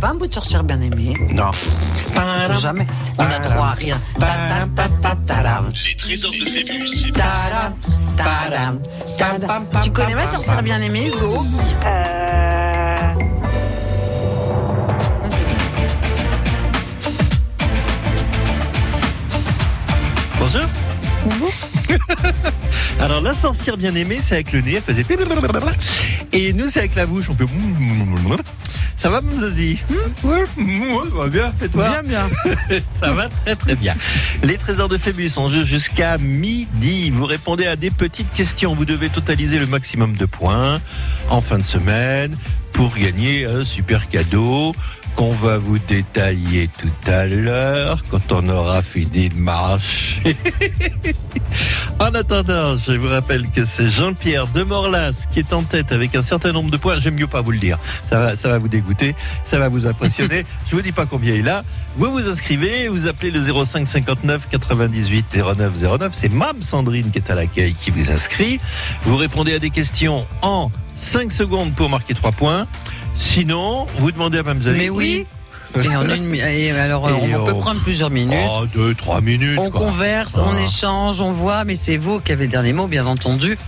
pas un bout de sorcière bien aimée. Non. Jamais. On a droit à rien. Ta-tam, ta-tam, ta-tam. Les trésors de Phébus. Ta-tam, ta-tam, ta-tam. Tu connais ma sorcière bien aimée, Hugo Euh... Bonjour. Alors la sorcière bien aimée, c'est avec le nez, elle faisait blablabla. et nous c'est avec la bouche, on peut. Ça va, mon Zazie Ouais, ouais, ça va bien, et toi Bien, bien. Ça va très très bien. Les trésors de Phébus sont jeu jusqu'à midi. Vous répondez à des petites questions. Vous devez totaliser le maximum de points en fin de semaine pour gagner un super cadeau qu'on va vous détailler tout à l'heure quand on aura fini de marcher. En attendant, je vous rappelle que c'est Jean-Pierre de Morlas qui est en tête avec un certain nombre de points. J'aime mieux pas vous le dire. Ça va, ça va vous dégoûter, ça va vous impressionner. je vous dis pas combien il a. Vous vous inscrivez, vous appelez le 05 59 98 09 09. C'est Mam Sandrine qui est à l'accueil qui vous inscrit. Vous répondez à des questions en 5 secondes pour marquer 3 points. Sinon, vous demandez à Mme Zazie. Mais oui. Et en une mi- et alors, euh, Et on, peut on- prendre plusieurs minutes. Oh, 2, 3 minutes. on quoi. converse, Ah. on échange, on voit, mais c'est vous qui avez le dernier mot, bien entendu.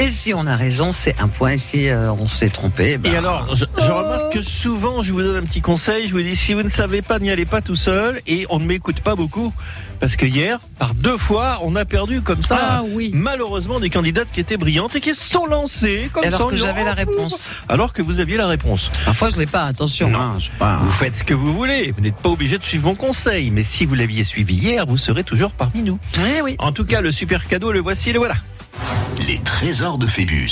Et si on a raison, c'est un point. Et si euh, on s'est trompé, ben, Et alors, je, je remarque que souvent, je vous donne un petit conseil. Je vous dis, si vous ne savez pas, n'y allez pas tout seul. Et on ne m'écoute pas beaucoup. Parce que hier, par deux fois, on a perdu comme ça. ah oui. Malheureusement, des candidates qui étaient brillantes et qui se sont lancées comme ça. Alors en que disant, j'avais la Ah, réponse. Alors que vous aviez la réponse. Parfois, je l'ai pas. Attention. Non. hein, je sais pas. Vous faites ce que vous voulez. Vous n'êtes pas obligé de suivre mon conseil. Mais si vous l'aviez suivi hier, vous serez toujours parmi nous. Eh oui. En tout cas, le super cadeau, le voici, le voilà. Les trésors de Phébus.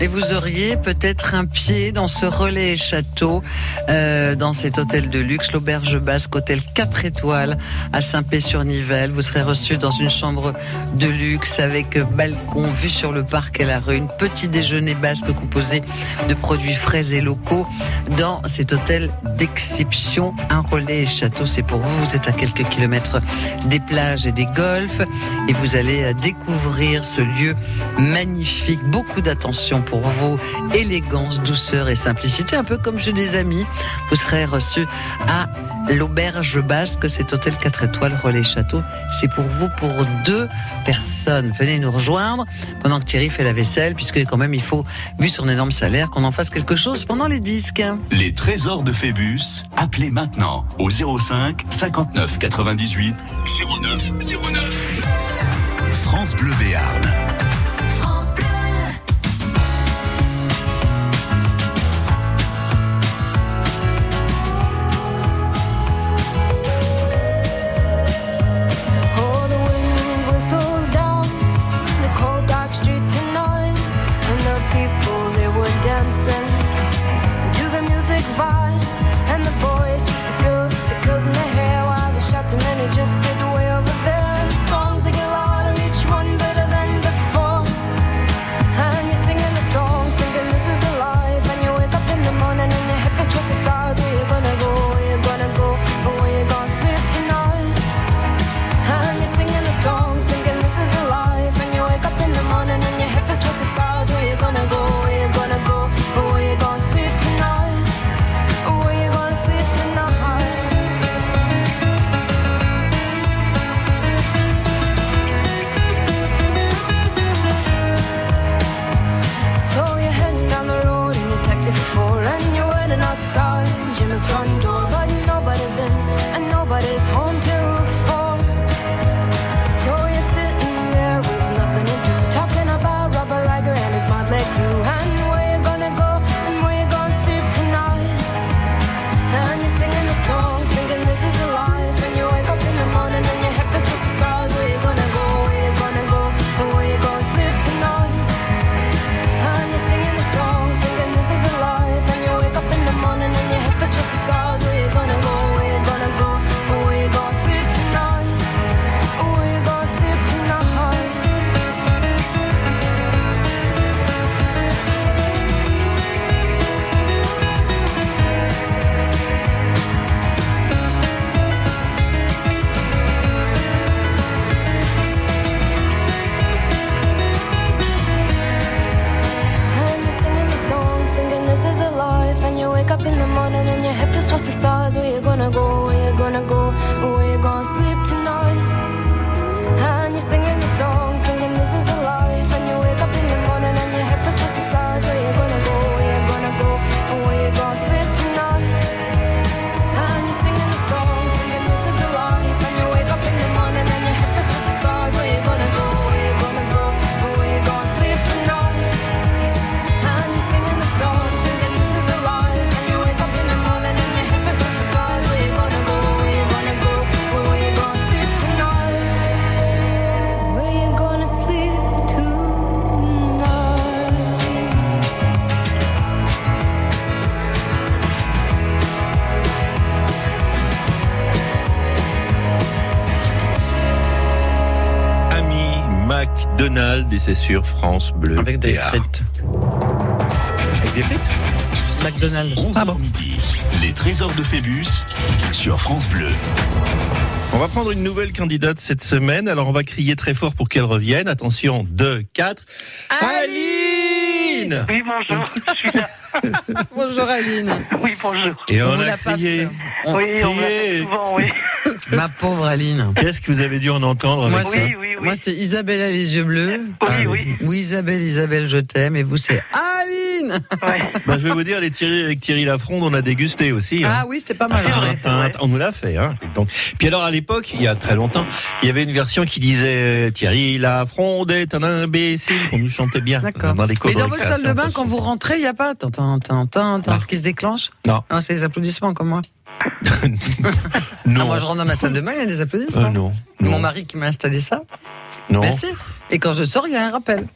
Et vous auriez peut-être un pied dans ce relais château, euh, dans cet hôtel de luxe, l'auberge basque, hôtel 4 étoiles à Saint-Pé-sur-Nivelle. Vous serez reçu dans une chambre de luxe avec euh, balcon, vue sur le parc et la rue, une petit déjeuner basque composé de produits frais et locaux dans cet hôtel d'exception. Un relais château, c'est pour vous. Vous êtes à quelques kilomètres des plages et des golfs et vous allez euh, découvrir ce lieu magnifique, beaucoup d'attention pour vous, élégance, douceur et simplicité, un peu comme chez des amis. Vous serez reçu à l'auberge basque, cet hôtel 4 étoiles Relais Château. C'est pour vous, pour deux personnes. Venez nous rejoindre pendant que Thierry fait la vaisselle, puisque quand même il faut, vu son énorme salaire, qu'on en fasse quelque chose pendant les disques. Les trésors de Phébus. Appelez maintenant au 05 59 98 09 09. France Bleu Béarn. Oh, the wind whistles down the cold dark street tonight, and the people they were dancing to the music vibe, and the boys just the girls, with the girls in their hair, while the shouting men who just sit way over there. The songs they get louder, each one better than before. McDonald's et c'est sur France Bleu. Avec des Béarn. frites. Avec des frites McDonald's. 11h Ah bon. midi, les trésors de Phébus sur France Bleu. On va prendre une nouvelle candidate cette semaine. Alors on va crier très fort pour qu'elle revienne. Attention, 2, 4. Aline Oui, bonjour. Je suis là. Bonjour Aline. Oui, bonjour. Et On on, vous a la passe. crié. On Oui, on me l'appelle criait. souvent, oui. Ma pauvre Aline. Qu'est-ce que vous avez dû en Ah, entendre avec Moi, ça c'est- Oui, oui, oui. Moi, c'est Isabelle à les yeux bleus. Oui, oui. Oui, Isabelle, Isabelle, je t'aime. Et vous, c'est Aline. Ouais. Bah, Je vais vous dire, les Thierry, avec Thierry Lafronde, on a dégusté aussi. hein. Ah oui, c'était pas mal. c'est vrai, Tintin, c'est vrai. on nous l'a fait. Hein. Et Donc, puis alors à l'époque, il y a très longtemps, il y avait une version qui disait Thierry Lafronde est un imbécile qu'on nous chantait bien. D'accord. Dans les Mais cours de dans votre salle de récréation, bain, ça, quand ça. vous rentrez, il n'y a pas tant, tant, tant, tant, tant, Non. qui se déclenche Non. c'est les applaudissements comme moi. Ah, non, moi, je rentre dans ma salle de bain, il y a des applaudissements. Euh, non, Mon non, mari qui m'a installé ça. non. Merci. Et quand je sors, il y a un rappel.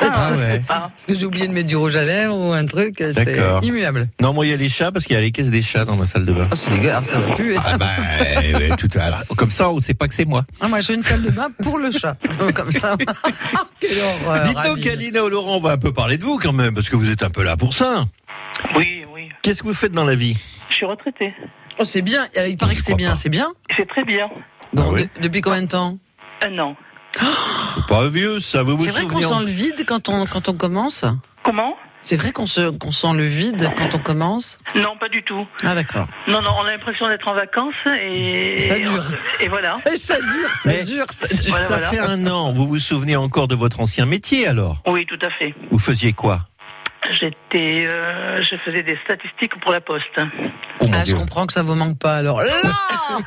Ah ouais. Parce que j'ai oublié de mettre du rouge à lèvres ou un truc, euh, c'est D'accord. immuable. Non, moi il y a les chats parce qu'il y a les caisses des chats dans ma salle de bain. Ah, c'est dégueulasse, ça va plus. Ah bah, eh euh, ouais, tout, alors, comme ça, on sait pas que c'est moi. Ah, moi, j'ai une salle de bain pour le chat. comme ça. Ah, Quelle horreur. Dites donc, Aline. Alina ou Laurent, on va un peu parler de vous quand même, parce que vous êtes un peu là pour ça. Oui, oui. Qu'est-ce que vous faites dans la vie Je suis retraitée. Oh, c'est bien. Euh, Il paraît Je que c'est crois bien, pas. c'est bien. C'est très bien. Bon, Ah ouais de- depuis combien de temps Un an. C'est pas vieux, ça. Vous vous C'est vrai qu'on souvenez sent le vide quand on, quand on commence Comment C'est vrai qu'on se- qu'on sent le vide quand on commence Non, pas du tout. Ah, d'accord. Non, non, on a l'impression d'être en vacances et. Ça dure. Et voilà. Et ça dure, ça Mais- dure, ça Ça dure. Voilà, voilà. fait un an. Vous vous souvenez encore de votre ancien métier alors Oui, tout à fait. Vous faisiez quoi J'étais, euh, je faisais des statistiques pour la Poste. Oh mon Ah, je Dieu. comprends que ça vous manque pas alors. Là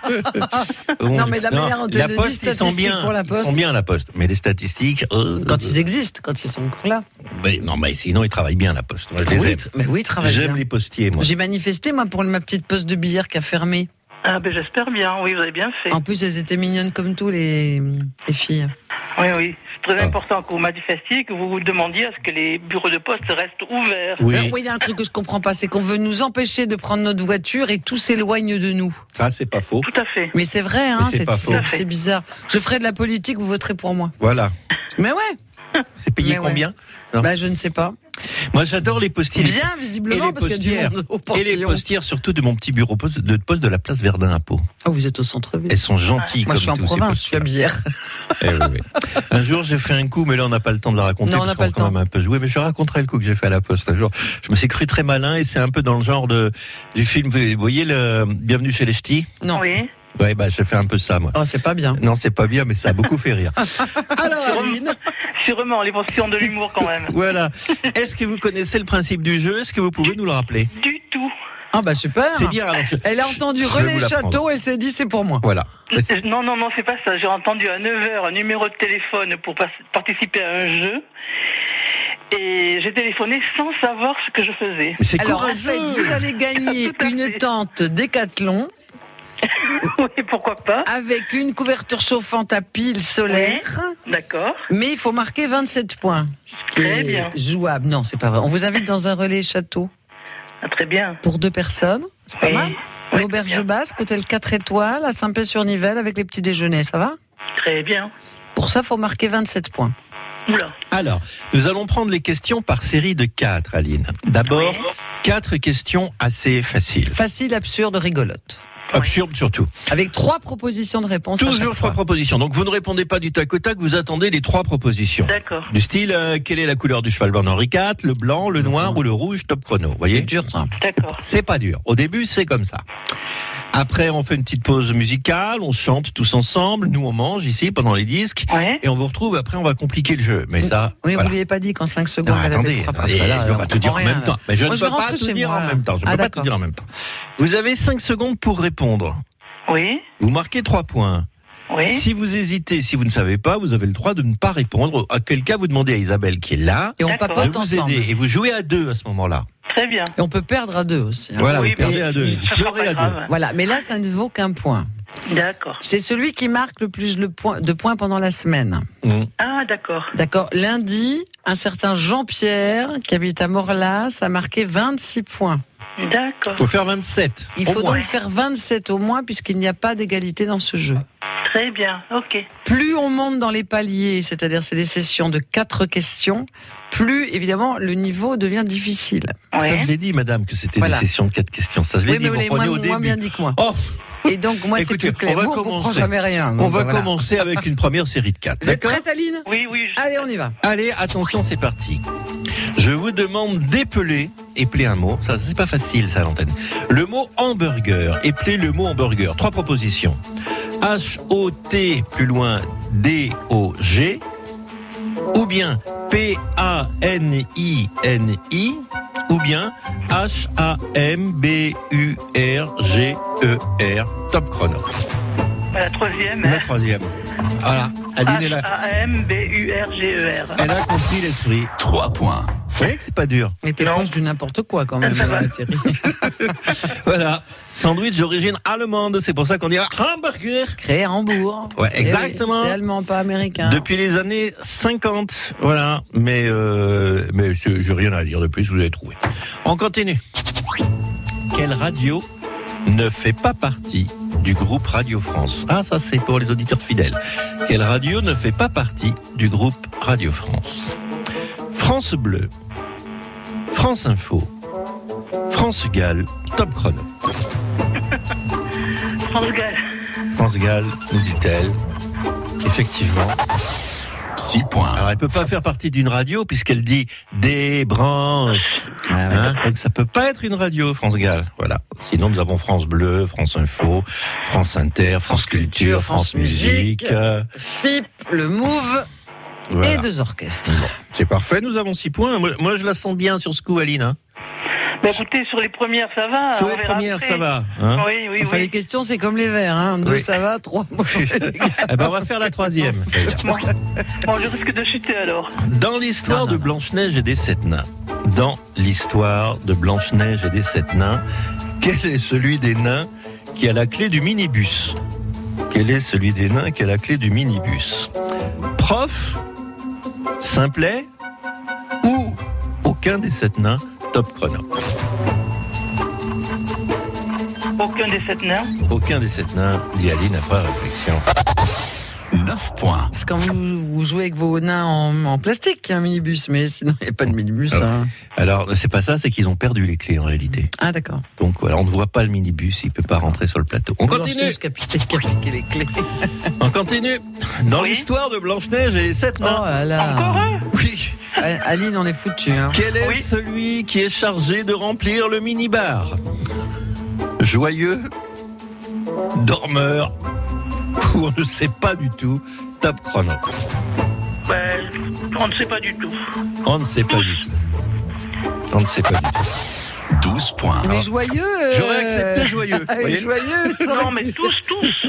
Oh mon Non, Dieu. mais la manière dont la elle le dit, poste, ils sont statistiques bien. pour la Ils sont Poste. bien la poste. Mais les statistiques. euh, Quand ils existent, quand ils sont encore là. mais non, mais sinon ils travaillent bien la poste. Moi, je les Ah oui, aime. mais oui, travaille J'aime bien. les postiers, moi. J'ai manifesté moi pour ma petite poste de billard qui a fermé. Ah ben j'espère bien. Oui, vous avez bien fait. En plus, elles étaient mignonnes comme tout les, les filles. Oui, oui. C'est très Ah. important que vous manifestiez, et que vous vous demandiez à ce que les bureaux de poste restent ouverts. Oui, Alors, oui, il y a un truc que je comprends pas, c'est qu'on veut nous empêcher de prendre notre voiture et tout s'éloigne de nous. ça Ah, c'est pas faux. Tout à fait. Mais c'est vrai, hein, Mais c'est c'est pas faux. c'est bizarre. Je ferai de la politique, vous voterez pour moi. Voilà. Mais ouais, C'est payé Mais ouais. combien Non. bah je ne sais pas. Moi j'adore les postiers. Bien Et visiblement les parce qu'il y a postières. du monde au Et les portillon. postières, surtout de mon petit bureau poste- de poste de la place Verdun à Pau. Oh, vous êtes au centre-ville. Elles sont gentilles Moi, comme je suis en tous ces province, je suis à postières. Bière. Eh oui, oui. Un jour, j'ai fait un coup, mais là, on n'a pas le temps de la raconter. Non, on parce n'a pas qu'on le a quand temps. même un peu joué, mais je raconterai le coup que j'ai fait à la poste un jour. Je me suis cru très malin et c'est un peu dans le genre de, du film, vous voyez le Bienvenue chez les Ch'tis? Non. Oui. Ouais, bah, j'ai fait un peu ça, moi. Oh, c'est pas bien. Non, c'est pas bien, mais ça a beaucoup fait rire. Alors, Aline, Sûrement, les postes ont de l'humour quand même. voilà. Est-ce que vous connaissez le principe du jeu? Est-ce que vous pouvez nous le rappeler? Du tout. Ah, bah super. C'est bien, alors je- Elle a entendu je vais relais vous l'apprendre. château, elle s'est dit c'est pour moi. Voilà. Mais c'est- Non, non, non, c'est pas ça. J'ai entendu à 9h un numéro de téléphone pour pas- participer à un jeu. Et j'ai téléphoné sans savoir ce que je faisais. C'est Alors en courageux. fait, vous allez gagner Tout à une fait. tente décathlon Oui, pourquoi pas avec une couverture chauffante à pile solaire, D'accord. mais il faut marquer 27 points, ce qui Très est bien. jouable. Non, c'est pas vrai. On vous invite dans un relais château Ah, très bien. pour deux personnes. C'est pas Oui. mal. Ouais, L'auberge très bien. basque, hôtel 4 étoiles, à Saint-Pé-sur-Nivelle avec les petits déjeuners, ça va Très bien. Pour ça, faut marquer 27 points. Oula. Alors, nous allons prendre les questions par série de quatre, Aline. D'abord, quatre questions assez faciles. Facile, absurde, rigolote. Absurdes surtout. Avec trois propositions de réponse. à chaque Toujours trois fois. propositions. Donc vous ne répondez pas du tac au tac, vous attendez les trois propositions. D'accord. Du style, euh, quelle est la couleur du cheval blanc d'Henri IV, le blanc, le noir ou le rouge, top chrono. Vous Mhm. C'est voyez dur, ça. D'accord. C'est pas dur. Au début, c'est comme ça. Après, on fait une petite pause musicale, on chante tous ensemble, nous on mange ici pendant les disques, Ouais. et on vous retrouve, après on va compliquer le jeu. Mais ça, Oui, voilà. vous ne l'avez pas dit qu'en 5 Non, secondes. elle avait attendez, trois attendez, phrases. Voilà, je peux on pas tout dire en comprend même rien, temps. Mais je Moi, ne je peux vais pas rentrer tout chez dire moi, en là. même temps. Je ne Ah, peux pas tout d'accord. dire en même temps. Vous avez 5 secondes pour répondre. Oui. Vous marquez 3 points. Oui. Si vous hésitez, si vous ne savez pas, vous avez le droit de ne pas répondre. À quel cas, vous demandez à Isabelle qui est là Et on D'accord. de papote vous ensemble. aider. Et vous jouez à deux à ce moment-là. Très bien. Et on peut perdre à deux aussi. hein. Voilà, Oui, vous perdez mais- à deux. Vous Ça sera pleurez pas à deux. grave. Voilà, mais là, ça ne vaut qu'un point. D'accord. C'est celui qui marque le plus le point, de points pendant la semaine. Mmh. Ah, d'accord. D'accord Lundi, un certain Jean-Pierre, qui habite à Morlas, a marqué 26 points. D'accord. Il faut faire 27. Il au faut moins. donc faire 27 au moins, puisqu'il n'y a pas d'égalité dans ce jeu. Très bien. Ok. Plus on monte dans les paliers, c'est-à-dire c'est des sessions de quatre questions, plus évidemment le niveau devient difficile. Ça, Ouais. je l'ai dit, madame, que c'était Voilà. des sessions de 4 questions. Ça, je l'ai oui, dit, mais vous vous l'avez reprenez moins, au moins début. bien dit que moi. Oh, Et donc moi c'est Écoutez, plus clair. on va Vous, on comprend commencer. jamais rien. on donc va ben voilà. commencer avec une première série de 4. Vous êtes D'accord prête, Aline Oui, oui. je- Allez, on y va. Allez, attention, c'est parti. Je vous demande d'épeler, épeler un mot, ça c'est pas facile ça à l'antenne. Le mot hamburger, épeler le mot hamburger. Trois propositions. H-O-T plus loin D-O-G ou bien P-A-N-I-N-I ou bien H-A-M-B-U-R-G-E-R. E Top chrono. La troisième. La hein. troisième. Voilà, Aline est là. H-A-M-B-U-R-G-E-R. Elle a compris l'esprit. 3 points. Vous voyez que c'est pas dur. Mais t'es Non. proche du n'importe quoi quand même, Ça va. euh, Thierry. Voilà, sandwich d'origine allemande, c'est pour ça qu'on dit ah, hamburger. Créé à Hambourg. Ouais, Eh oui, exactement. c'est allemand, pas américain. Depuis les années 50, voilà. Mais euh, mais c'est- j'ai rien à dire de plus, vous avez trouvé. On continue. Quelle radio ne fait pas partie du groupe Radio France Ah, ça c'est pour les auditeurs fidèles. Quelle radio ne fait pas partie du groupe Radio France France Bleu, France Info, France Gall, Top Chrono. France Gall. France Gall, nous dit-elle. Effectivement. 6 points. Alors, elle peut pas faire partie d'une radio puisqu'elle dit des branches. Ah Hein Donc, ça peut pas être une radio, France Gall. Voilà. Sinon, nous avons France Bleu, France Info, France Inter, France Culture, France, Musique. euh, FIP, le Move voilà. et deux orchestres. C'est parfait. Nous avons six points. Moi, moi, je la sens bien sur ce coup, Aline. hein. Bah, écoutez, sur les premières, ça va. sur Ah, on les verra premières, après. ça va. hein. Oui, oui, Enfin, les oui. questions, c'est comme les verres. Hein. Deux, Oui. ça va, trois, mauvais. Eh ben, on va faire la troisième. Bon, je risque de chuter alors. Dans l'histoire Ah, Non, non, de non. Blanche-Neige et des Sept Nains. Dans l'histoire de Blanche-Neige et des Sept Nains, quel est celui des nains qui a la clé du minibus Quel est celui des nains qui a la clé du minibus Prof Simplet Ou aucun des sept nains Top chrono. Aucun des sept nains. Aucun des sept nains, dit Aline après réflexion. 9 points. C'est quand vous, vous jouez avec vos nains en, en plastique, un minibus, mais sinon, il n'y a pas de minibus. Ah. hein. Alors, c'est pas ça, c'est qu'ils ont perdu les clés en réalité. Ah, d'accord. Donc voilà, on ne voit pas le minibus, il peut pas rentrer sur le plateau. On continue Blanche-Neige qui a piqué- qui a piqué les clés. On continue dans Oui. l'histoire de Blanche-Neige et les sept Oh nains. là là. Encore un Oui. Ah, Aline, on est foutu. Hein. Quel est Oui. celui qui est chargé de remplir le minibar Joyeux Dormeur Ou on ne sait pas du tout Top chrono. Bah, On ne sait pas du tout. On ne sait pas du tout. On ne sait pas du tout. 12 points. Mais joyeux. euh, Ah. J'aurais accepté joyeux. ah, voyez. joyeux, ça aurait- Non, mais tous, tous.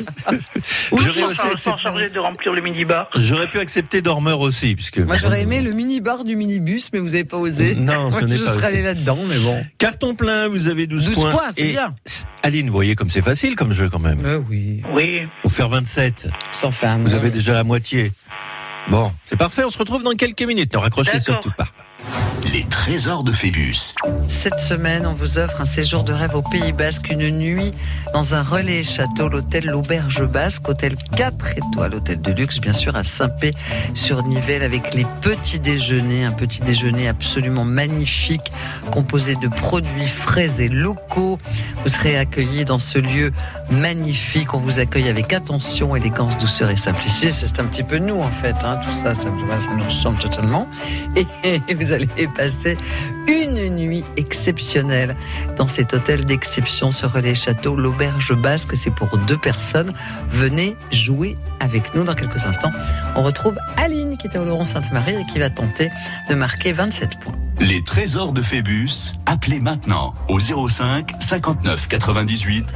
J'aurais Tous aussi sont- sont accepté- chargés de remplir le minibar. J'aurais pu accepter Dormeur aussi, puisque. Moi, j'aurais aimé le mini-bar du minibus, mais vous n'avez pas osé. Non, ce Moi, n'est je pas serais allé possible. là-dedans, mais bon. Carton plein, vous avez 12, 12 points, c'est Et bien. Aline, vous voyez comme c'est facile comme jeu quand même. Mais Ah oui, Oui. Faut faire 27. sans femme. Vous avez déjà la moitié. Bon, c'est parfait, on se retrouve dans quelques minutes. Ne raccrochez D'accord. surtout pas. Les trésors de Phébus. Cette semaine, on vous offre un séjour de rêve au Pays Basque, une nuit dans un relais château, l'hôtel L'Auberge Basque, hôtel 4 étoiles, hôtel de luxe, bien sûr, à Saint-Pé sur Nivelle, avec les petits déjeuners, un petit déjeuner absolument magnifique, composé de produits frais et locaux. Vous serez accueillis dans ce lieu magnifique. On vous accueille avec attention, élégance, douceur et simplicité. C'est un petit peu nous, en fait, hein, tout ça, ça, ça nous ressemble totalement. Et vous allez passer une nuit exceptionnelle dans cet hôtel d'exception sur relais château, l'auberge basque. C'est pour deux personnes. Venez jouer avec nous dans quelques instants. On retrouve Aline qui était au Laurent Sainte-Marie et qui va tenter de marquer 27 points. Les trésors de Phébus. Appelez maintenant au 05 59 98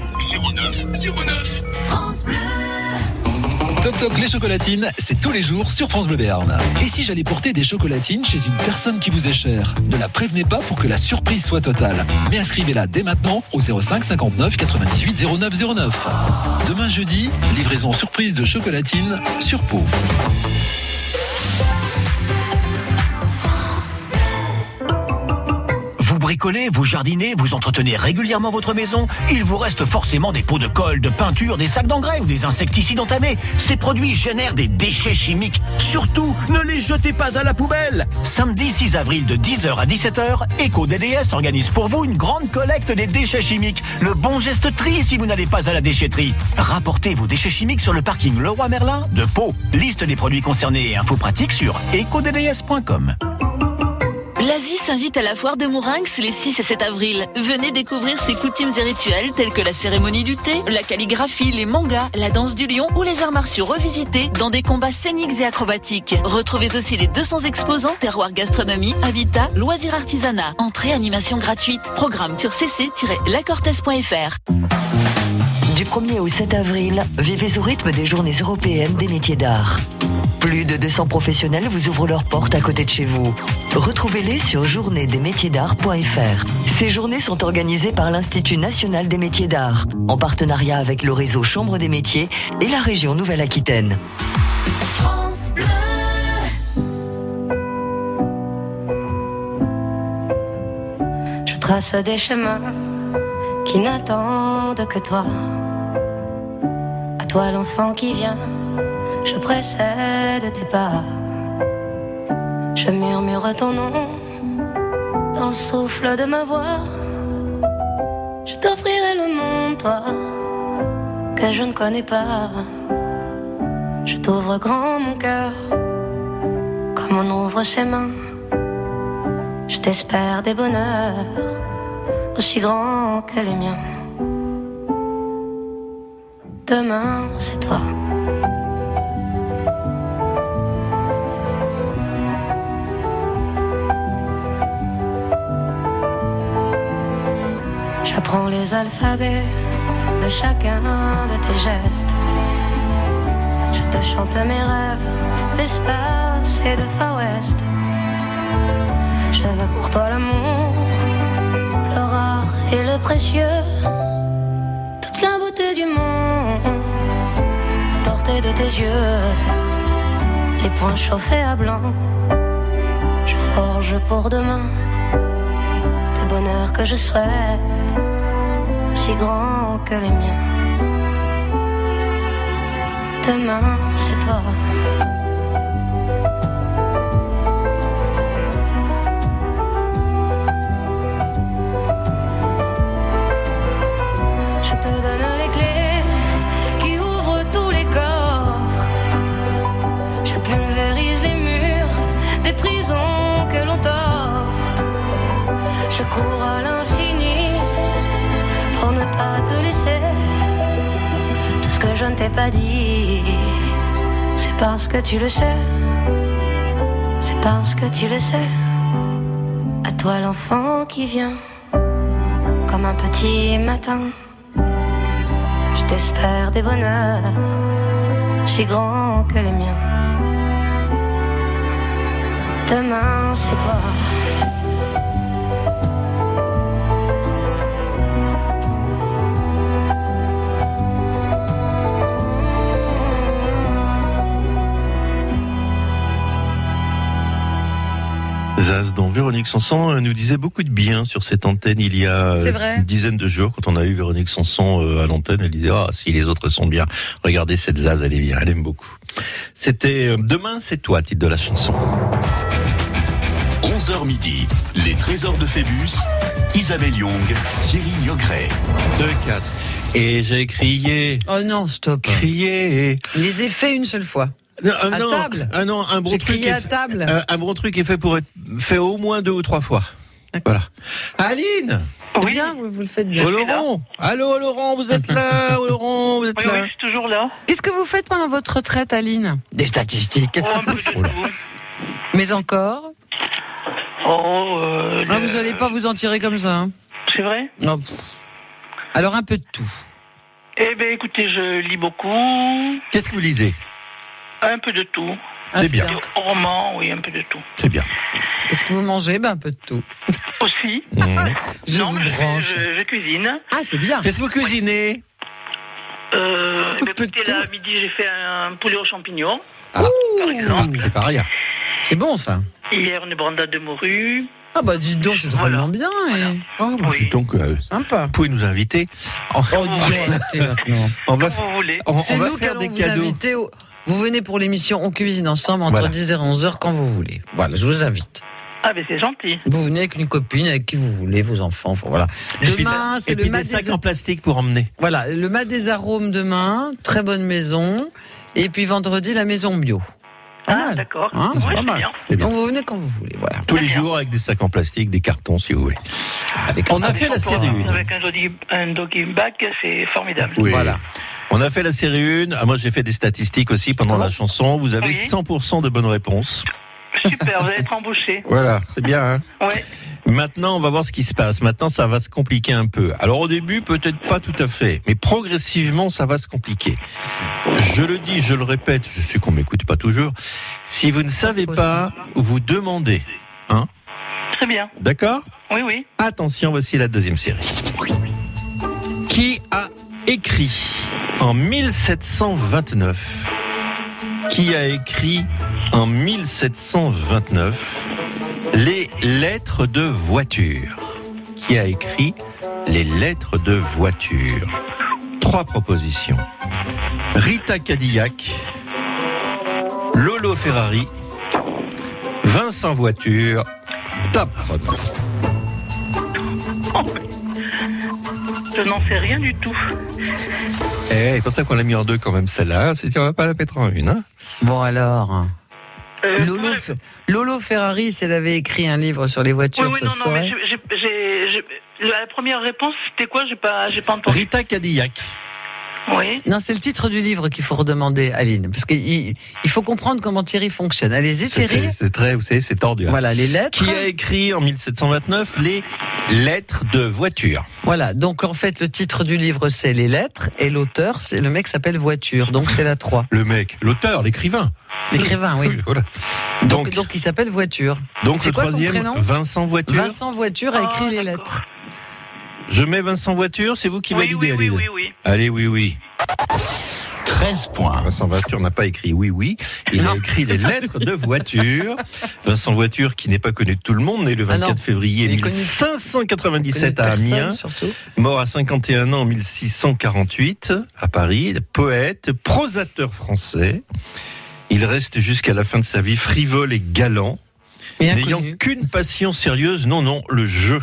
09 09. Toc Toc les chocolatines, c'est tous les jours sur France Bleu Béarn. Et si j'allais porter des chocolatines chez une personne qui vous est chère Ne la prévenez pas pour que la surprise soit totale. Mais inscrivez-la dès maintenant au 05 59 98 09 09. Demain jeudi, livraison surprise de chocolatines sur peau. Vous bricolez, vous jardinez, vous entretenez régulièrement votre maison, il vous reste forcément des pots de colle, de peinture, des sacs d'engrais ou des insecticides entamés. Ces produits génèrent des déchets chimiques. Surtout, ne les jetez pas à la poubelle. Samedi 6 avril de 10h à 17h, EcoDDS organise pour vous une grande collecte des déchets chimiques. Le bon geste tri si vous n'allez pas à la déchetterie. Rapportez vos déchets chimiques sur le parking Leroy Merlin de Pau. Liste des produits concernés et infos pratiques sur ecodds.com. L'Asie s'invite à la foire de Mourinx les 6 et 7 avril. Venez découvrir ses coutumes et rituels tels que la cérémonie du thé, la calligraphie, les mangas, la danse du lion ou les arts martiaux revisités dans des combats scéniques et acrobatiques. Retrouvez aussi les 200 exposants terroir gastronomie, habitat, loisirs artisanat, entrée animation gratuite. Programme sur cc-lacortez.fr. Du 1er au 7 avril, vivez au rythme des journées européennes des métiers d'art. Plus de 200 professionnels vous ouvrent leurs portes à côté de chez vous. Retrouvez-les sur journéesdesmétiersdart.fr. Ces journées sont organisées par l'Institut national des métiers d'art, en partenariat avec le réseau Chambre des métiers et la région Nouvelle-Aquitaine. France Bleu. Je trace des chemins qui n'attendent que toi. À toi l'enfant qui vient, je précède tes pas. Je murmure ton nom dans le souffle de ma voix. Je t'offrirai le monde, toi, que je ne connais pas. Je t'ouvre grand mon cœur, comme on ouvre ses mains. Je t'espère des bonheurs aussi grand que les miens. Demain, c'est toi. J'apprends les alphabets de chacun de tes gestes. Je te chante mes rêves d'espace et de Far West. Je veux pour toi l'amour, le rare et le précieux. Toute la beauté du monde, à portée de tes yeux. Les points chauffés à blanc, je forge pour demain. Tes bonheurs que je souhaite, si grands que les miens. Demain, c'est toi. Je te donne les clés qui ouvrent tous les coffres. Je pulvérise les murs des prisons que l'on t'offre. Je cours à l'infini pour ne pas te laisser. Tout ce que je ne t'ai pas dit, c'est parce que tu le sais. C'est parce que tu le sais. À toi l'enfant qui vient, comme un petit matin. Je t'espère des bonheurs si grands que les miens. Demain, c'est toi. Zaz, dont Véronique Sanson euh, nous disait beaucoup de bien sur cette antenne il y a euh, C'est vrai. une dizaine de jours. Quand on a eu Véronique Sanson euh, à l'antenne, elle disait Ah, si les autres sont bien. Regardez cette Zaz, elle est bien, elle aime beaucoup. C'était euh, Demain, c'est toi, titre de la chanson. 11h midi, les trésors de Phébus, Isabelle Young, Thierry Niogret. 2-4. Et j'ai crié, Oh non, stop. crié. Les effets une seule fois. Non, un, À non, table. un, non, un bon J'ai truc. euh, crié est à fait- table. un- un bon truc est fait pour être fait au moins deux ou trois fois. Voilà. Aline C'est Oui. bien, vous, vous le faites bien. Oloron Oh, Allô, Laurent, vous êtes là Oloron, vous êtes Oui, oui, là je suis toujours là. Qu'est-ce que vous faites pendant votre retraite, Aline Des statistiques. Oh, un peu de Oh là. tout. Mais encore Oh, euh, Ah, le- Vous n'allez pas vous en tirer comme ça. hein. C'est vrai Oh, pff. Alors un peu de tout. Eh bien, écoutez, je lis beaucoup, un Qu'est-ce que vous lisez peu de tout. Ah, C'est bien. Des romans, oui, un peu de tout. C'est bien. Qu'est-ce que vous mangez Ben un peu de tout. Aussi, Mhm. Je non, vous je, fais- branche. je- je cuisine. Ah, c'est bien. Qu'est-ce que vous cuisinez Euh, eh ben, Un peu de écoutez, là, à midi, j'ai fait un poulet aux champignons. Ah. Par exemple. C'est pas rien. C'est bon ça. Hier, une brandade de morue. Ah bah dis donc, c'est Voilà. vraiment bien. et- Oh, bah, Oui. Donc, euh, Sympa. vous pouvez nous inviter. On, Oh, dis donc, arrêtez maintenant. on va, Comme vous voulez. on, C'est on va nous qui faire des allons vous cadeaux. inviter. au- Vous venez pour l'émission On cuisine ensemble entre Voilà. 10h et 11h quand vous voulez. Voilà, je vous invite. Ah, mais c'est gentil. Vous venez avec une copine, avec qui vous voulez, vos enfants. enfin, voilà. Et puis- Demain, c'est et le puis mat des des, sacs en plastique pour emmener. voilà, le mat des arômes demain. Très bonne maison. Et puis vendredi, la maison bio. Pas Ah, mal. d'accord. Hein, Oui, c'est pas c'est mal. bien. C'est Eh bien. Donc vous venez quand vous voulez. Voilà. Tous les jours avec des sacs en plastique, des cartons si vous voulez. Ah, On a fait la Encore, série 1. Ah, Avec un, joli, un doggy bag, c'est formidable. Oui. Voilà. On a fait la série 1. Ah, moi, j'ai fait des statistiques aussi pendant Oh. la chanson. Vous avez Oui. 100% de bonnes réponses. Super, vous allez être embauché. Voilà, c'est bien. Hein Ouais. Maintenant, on va voir ce qui se passe. Maintenant, ça va se compliquer un peu. Alors, au début, peut-être pas tout à fait, mais progressivement, ça va se compliquer. Je le dis, je le répète, je sais qu'on m'écoute pas toujours. Si vous ne savez pas, vous demandez. hein, Très bien. D'accord Oui, oui. Attention, voici la deuxième série. Qui a écrit en 1729 Qui a écrit en 1729 les lettres de voiture Qui a écrit les lettres de voiture Trois propositions. Rita Cadillac, Lolo Ferrari, Vincent Voiture, top chrono. Je n'en sais rien du tout. Eh, c'est pour ça qu'on l'a mis en deux quand même celle-là. C'est on va pas la mettre en une. Hein Bon alors. Euh, Lolo, ouais. Fe- Lolo Ferrari, si elle avait écrit un livre sur les Oui, voitures, oui, ça non, se non, mais saurait. j'ai, j'ai- j'ai- j'ai- la première réponse, c'était quoi J'ai pas, j'ai pas entendu. Oh. Rita Cadillac. Oui. Non, c'est le titre du livre qu'il faut redemander, Aline, parce qu'il il faut comprendre comment Thierry fonctionne. Allez-y, C'est- Thierry. C'est c'est très, vous savez, c'est tordu. hein. Voilà les lettres. Qui a écrit en 1729 les lettres de voiture Voilà, donc en fait, le titre du livre, c'est les lettres, et l'auteur, c'est le mec s'appelle Voiture, donc c'est la 3. Le mec, l'auteur, l'écrivain. Oh L'écrivain, Ah oui. Voilà. Donc, Donc, donc, il s'appelle Voiture. donc c'est le quoi son troisième, prénom Vincent Voiture. Vincent Voiture a Ah, écrit les d'accord. lettres. Je mets Vincent Voiture, c'est vous qui oui, validez. oui, oui, Aline. oui, oui. Allez, oui, oui. 13 points. Vincent Voiture n'a pas écrit oui, oui. Il a Non. écrit les lettres de voiture. Vincent Voiture, qui n'est pas connu de tout le monde, né le Ah non. 24 février Il est connu- connaît 1597 à personne, Amiens. surtout. Mort à 51 ans en 1648 à Paris, poète, prosateur français. Il reste jusqu'à la fin de sa vie frivole et galant, Et n'ayant inconnu. qu'une passion sérieuse, non, non, le jeu.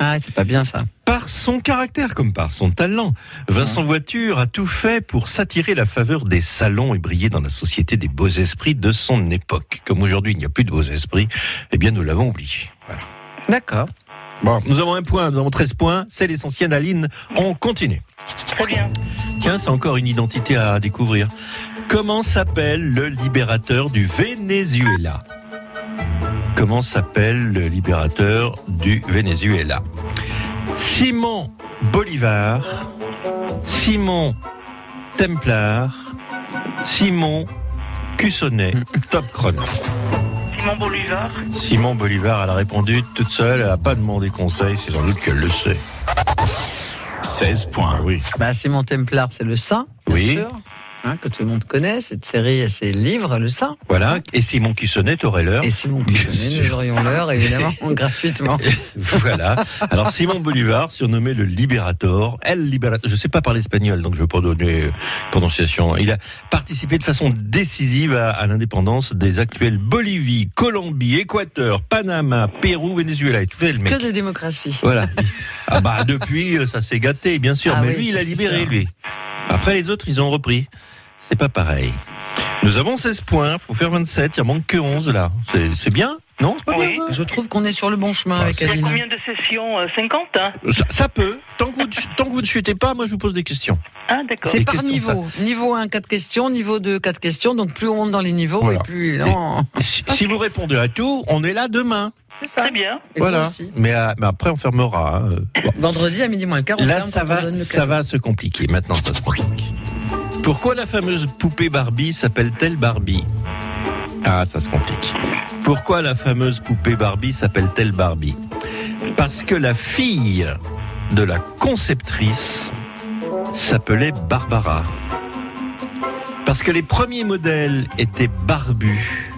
Ah, c'est pas bien ça. Par son caractère comme par son talent, Vincent Voiture a tout fait pour s'attirer la faveur des salons et briller dans la société des beaux esprits de son époque. Comme aujourd'hui il n'y a plus de beaux esprits, eh bien nous l'avons oublié. Voilà. D'accord. Bon, nous avons un point, nous avons 13 points, c'est l'essentiel Aline, on continue. Très bien. Tiens, c'est encore une identité à découvrir. Comment s'appelle le libérateur du Venezuela Comment s'appelle le libérateur du Venezuela Simon Bolivar, Simon Templar, Simon Cussonnet, top chrono. Simon Bolivar. Simon Bolivar, elle a répondu toute seule, elle n'a pas demandé conseil, c'est sans doute qu'elle le sait. 16 points. oui. Bah, Simon Templar, c'est le saint. bien Oui. sûr, hein, que tout le monde connaît, cette série et ses livres, le saint. Voilà, et Simon Cussonnet aurait l'heure. Et Simon Bien Cochonnet, sûr. nous aurions l'heure, évidemment, gratuitement. voilà. Alors Simon Bolivar, surnommé le Libérator, El Libérator, je sais pas parler espagnol, donc je ne vais pas donner euh, prononciation. Il a participé de façon décisive à, à l'indépendance des actuelles Bolivie, Colombie, Équateur, Panama, Pérou, Venezuela et tout fait le mec. Que de démocratie. Voilà. Ah bah depuis, euh, ça s'est gâté, bien sûr. Ah mais oui, lui, il ça, a c'est libéré, ça. lui. Après, les autres, ils ont repris. C'est pas pareil. Nous avons 16 points, faut faire 27, il en manque que 11 là. C'est- C'est bien Non, c'est pas Oui. bien ça Je trouve qu'on est sur le bon chemin Ah, avec c'est- Il y a Aline. combien de sessions Euh, 50 hein Ça, ça peut. Tant que, vous, ne- tant que vous ne chutez pas, moi je vous pose des questions. Ah, d'accord. C'est les par questions, niveau. Niveau 1, 4 questions. Niveau 2, 4 questions. Donc plus on monte dans les niveaux Voilà. et plus. Non. Si, si vous répondez à tout, on est là demain. C'est ça. Très bien. Et toi voilà. aussi. Mais, euh, mais après, on fermera. hein. Bon. Vendredi à midi moins le quart, on Là, ferme ça quand on va, donne le ça cadeau. va se compliquer. Maintenant, ça se complique. Pourquoi la fameuse poupée Barbie s'appelle-t-elle Barbie Ah, ça se complique. Pourquoi la fameuse poupée Barbie s'appelle-t-elle Barbie Parce que la fille de la conceptrice s'appelait Barbara. Parce que les premiers modèles étaient barbus.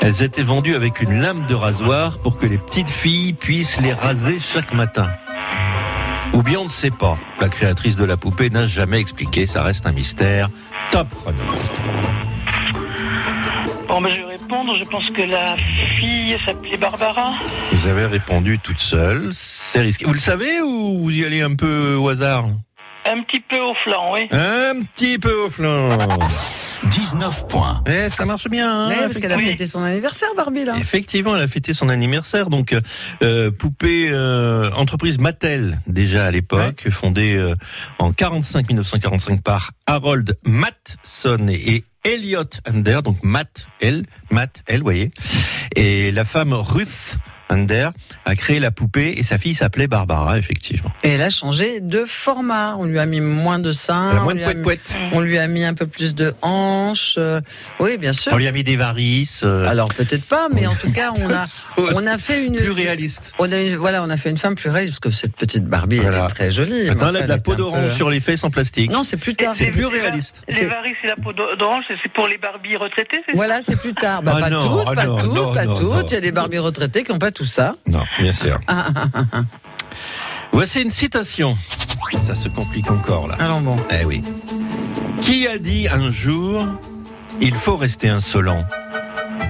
Elles étaient vendues avec une lame de rasoir pour que les petites filles puissent les raser chaque matin. Ou bien on ne sait pas. La créatrice de la poupée n'a jamais expliqué, ça reste un mystère. Top chrono. Bon, ben, je vais répondre. Je pense que la fille s'appelait Barbara. Vous avez répondu toute seule, c'est risqué. Vous le savez ou vous y allez un peu au hasard Un petit peu au flanc, oui. Un petit peu au flanc. 19 points. Eh, ça marche bien. hein, Ouais, parce qu'elle a oui. fêté son anniversaire, Barbie, là. Effectivement, elle a fêté son anniversaire. Donc, euh, poupée euh, entreprise Mattel déjà à l'époque, fondée euh, en 45 1945 par Harold Mattson et Elliot Ander, donc Matt L, Matt L, voyez. Et la femme Ruth Ander a créé la poupée et sa fille s'appelait Barbara, effectivement. Et elle a changé de format. On lui a mis moins de seins. La Ah, on, moine lui a poète mis, poète. on lui a mis un peu plus de hanches. euh, oui, bien sûr. On lui a mis des varices, euh, Alors peut-être pas, mais en tout cas, on a, on a fait une. Oh, plus réaliste. On a une, voilà, on a fait une femme plus réaliste, parce que cette petite Barbie Voilà. était très jolie. mais Maintenant, elle enfin, a de la elle peau était un d'orange peu- sur les fesses en plastique. Non, c'est plus tard. c'est c'est- plus réaliste. Les C'est- varices et la peau d'o- d'orange, c'est- c'est pour les Barbies retraitées, c'est ça Voilà, c'est plus tard. Bah, Ah pas non, toutes, ah pas non, toutes, non, pas non, toutes. non. Il y a des Barbies retraitées qui n'ont pas tout ça. Non, bien sûr. Voici une citation. Ça se complique encore là. Alors bon. Eh oui. Qui a dit un jour il faut rester insolent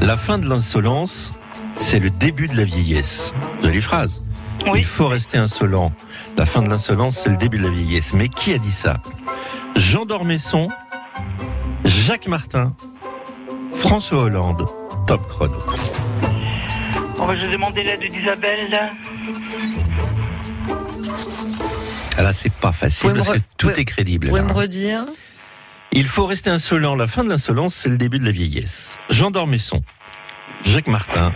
La fin de l'insolence, c'est le début de la vieillesse. Jolie phrase. Oui. Il faut rester insolent. La fin de l'insolence, c'est le début de la vieillesse. Mais qui a dit ça Jean Dormesson, Jacques Martin, François Hollande. Top chrono. On va lui demander l'aide d'Isabelle. là. Ah Là, c'est pas facile Pouvez me parce que re- tout pouvez- est crédible. Vous pouvez là. me redire Il faut rester insolent. La fin de l'insolence, c'est le début de la vieillesse. Jean Dormesson, Jacques Martin,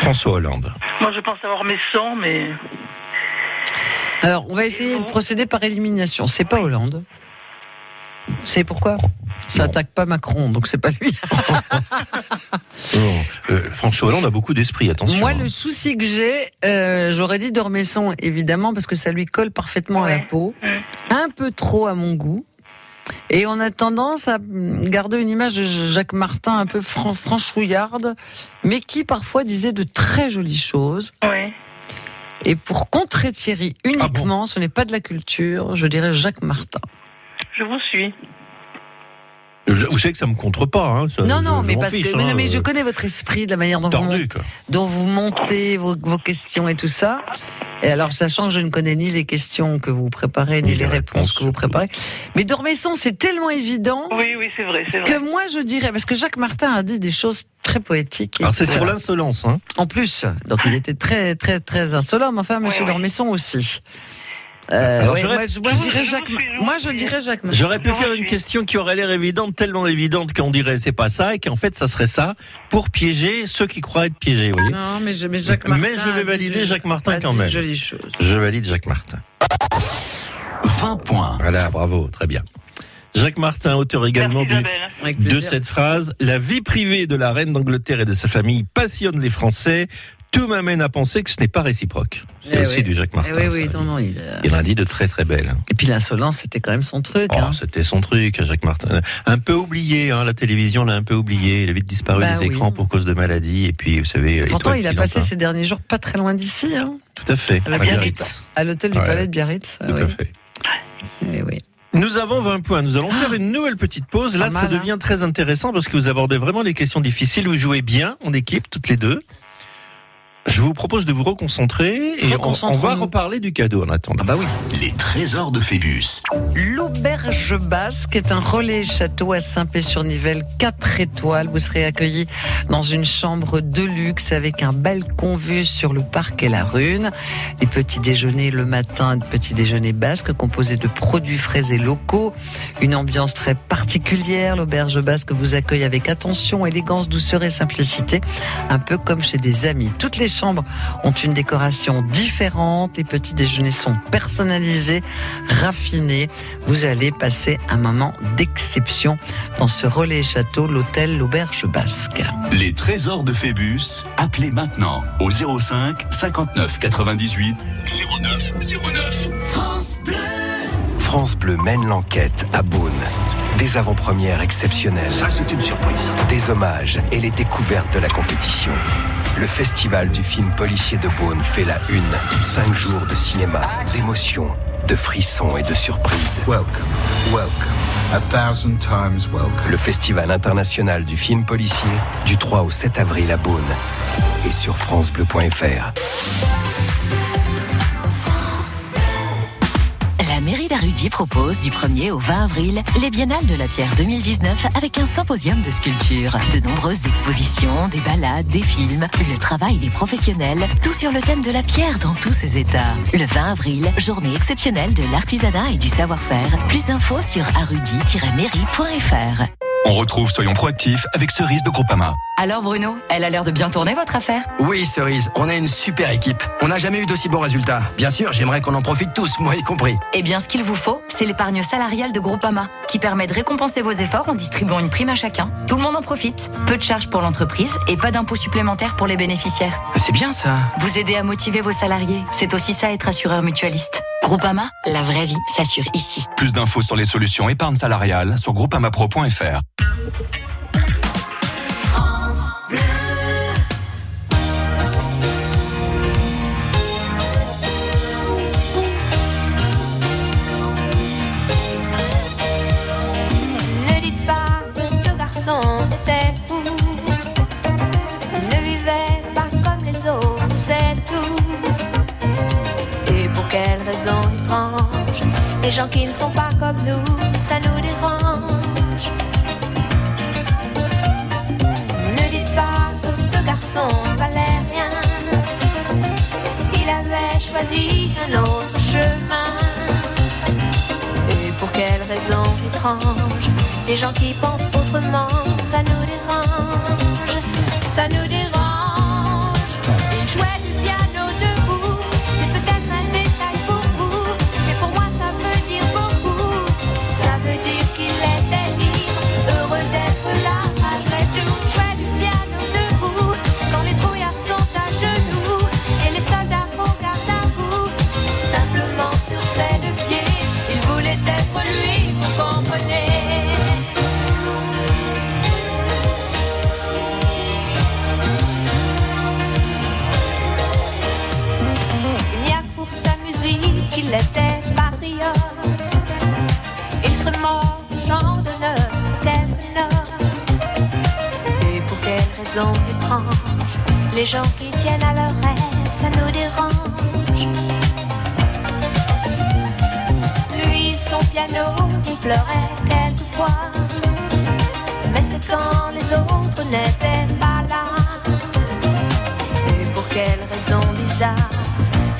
François Hollande. Moi, je pense avoir mes sons, mais. Alors, on va essayer de procéder par élimination. C'est pas Hollande. C'est pourquoi Ça attaque pas Macron, donc c'est pas lui. Non, euh, François Hollande a beaucoup d'esprit, attention. hein. Moi, le souci que j'ai, euh, j'aurais dit Dormesson, évidemment, parce que ça lui colle parfaitement à la Ouais. peau. Ouais. Un peu trop à mon goût. Et on a tendance à garder une image de Jacques Martin un peu fran- franchouillarde, mais qui parfois disait de très jolies choses. Oui. Et pour contrer Thierry uniquement, Ah ce n'est pas de la culture, je dirais Jacques Martin. Je vous suis. Vous savez que ça me contre pas. Hein, ça, non, je- non, je mais m'en parce fiche, que mais, hein, non, mais je euh, connais votre esprit, de la manière dont vous, mon- tordu, quoi. dont vous montez vos, vos questions et tout ça. Et alors, sachant que je ne connais ni les questions que vous préparez, ni, les réponses que vous surtout. préparez. Mais Dormesson, c'est tellement évident Oui, oui, c'est vrai, c'est vrai. que moi, je dirais, parce que Jacques Martin a dit des choses très poétiques. et Alors c'est voilà. sur l'insolence. Hein. En plus, donc il était très, très, très insolent, mais enfin, monsieur ouais. Dormesson aussi. Euh, Alors, ouais, j'aurais- moi, je, moi, Je je vous- dirais je vous Jacques, suis, je vous moi, je suis. dirais Jacques Martin. J'aurais pu Non, faire je une suis- question qui aurait l'air évidente, tellement évidente qu'on dirait c'est pas ça, et qu'en fait ça serait ça, pour piéger ceux qui croient être piégés. Vous voyez Non, mais, je- mais Jacques Mais Martin. je vais a dit valider des- Jacques Martin a dit quand des même. Jolies choses. Je valide Jacques Martin. 20 points. Voilà, bravo, très bien. Jacques Martin, auteur également Merci, du, Isabelle. Hein. Avec de plaisir. cette phrase. La vie privée de la reine d'Angleterre et de sa famille passionne les Français. Tout m'amène à penser que ce n'est pas réciproque. C'est Eh aussi oui. du Jacques Martin. Eh oui, ça. oui, non, non, il. a- Il en a dit de très très belles. Et puis l'insolence, c'était quand même son truc. Oh, hein. C'était son truc, Jacques Martin. Un peu oublié, hein, la télévision l'a un peu oublié. Il a vite disparu Bah des oui. écrans pour cause de maladie. Et puis, vous savez, Pourtant, étoile il a filante, passé hein. ces derniers jours pas très loin d'ici, hein, Tout à fait. à la à Biarritz. Biarritz. à l'hôtel du Ouais. Palais de Biarritz. Tout Ah oui. à fait. Eh oui. Nous avons 20 points. Nous allons faire une nouvelle petite pause. Là, Pas ça mal, hein. devient très intéressant parce que vous abordez vraiment les questions difficiles. Vous jouez bien en équipe, toutes les deux. Je vous propose de vous reconcentrer et on, on va Reconcentrons-nous. reparler du cadeau en attendant. bah oui. Les trésors de Phébus. L'Auberge Basque est un relais château à Saint-Pé-sur-Nivelle, 4 étoiles. Vous serez accueillis dans une chambre de luxe avec un balcon vu sur le parc et la rune. Des petits déjeuners le matin, des petits déjeuners basques composés de produits frais et locaux. Une ambiance très particulière. L'Auberge Basque vous accueille avec attention, élégance, douceur et simplicité, un peu comme chez des amis. Toutes les chambres ont une décoration différente. Les petits déjeuners sont personnalisés, raffinés vous allez passer un moment d'exception dans ce relais château, l'hôtel L'Auberge Basque. Les trésors de Phébus. Appelez maintenant au 05 59 98 09 09. France Bleu mène l'enquête à Beaune. Des avant-premières exceptionnelles. Ça, c'est une surprise. Des hommages et les découvertes de la compétition. Le festival du film policier de Beaune fait la une. Cinq jours de cinéma, d'émotions, de frissons et de surprises. Welcome, welcome. A thousand times welcome. Le festival international du film policier du 3 au 7 avril à Beaune et sur francebleu.fr. La mairie d'Arudier propose du 1er au 20 avril les Biennales de la Pierre 2019 avec un symposium de sculpture. De nombreuses expositions, des balades, des films, le travail des professionnels, tout sur le thème de la pierre dans tous ses états. Le 20 avril, journée exceptionnelle de l'artisanat et du savoir-faire. Plus d'infos sur arudi-mairie.fr. On retrouve Soyons Proactifs avec Cerise de Groupama. Alors Bruno, elle a l'air de bien tourner votre affaire Oui, Cerise, on a une super équipe. On n'a jamais eu d'aussi bons résultats. Bien sûr, j'aimerais qu'on en profite tous, moi y compris. Eh bien, ce qu'il vous faut, c'est l'épargne salariale de Groupama, qui permet de récompenser vos efforts en distribuant une prime à chacun. Tout le monde en profite. Peu de charges pour l'entreprise et pas d'impôts supplémentaires pour les bénéficiaires. Ah, C'est bien ça. Vous aidez à motiver vos salariés, c'est aussi ça être assureur mutualiste. Groupama, la vraie vie s'assure ici. Plus d'infos sur les solutions épargne salariale sur groupamapro.fr. Ne dites pas que ce garçon était fou. Il ne vivait pas comme les autres, c'est tout. Et pour quelles raisons étranges, les gens qui ne sont pas comme nous, ça nous dérange. Ne dites pas que ce garçon valait rien. Il avait choisi un autre chemin. Et pour quelles raisons étranges Les gens qui pensent autrement, ça nous dérange, ça nous dérange. Il jouait du piano debout, c'est peut-être un détail pour vous, mais pour moi ça veut dire beaucoup. Ça veut dire qu'il était libre, heureux d'être là malgré tout. Jouait du piano debout, quand les trouillards sont à genoux, et les soldats regardent à vous, simplement sur ses deux pieds. Il voulait être lui, vous comprenez. Il n'y a que pour sa musique qu'il était patriote. Il serait mort du genre d'honneur, tel nord. Et pour quelle raison étrange, les gens qui tiennent à leur rêve, ça nous dérange. Lui, son piano, il pleurait quelquefois. Mais c'est quand les autres n'étaient pas là. Et pour quelle raison bizarre,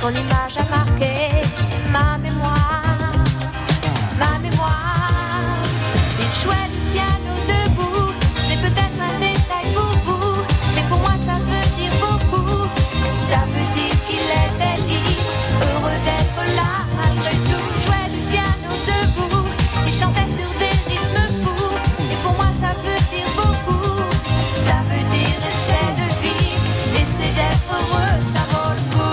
son image a marqué ma mémoire. Ma mémoire, il jouait du piano debout. C'est peut-être un détail pour vous, mais pour moi ça veut dire beaucoup. Ça veut dire qu'il était libre, heureux d'être là malgré tout. Il jouait du piano debout, il chantait sur des rythmes fous. Et pour moi ça veut dire beaucoup, ça veut dire essaie de vivre, essaie d'être heureux, ça vaut le coup.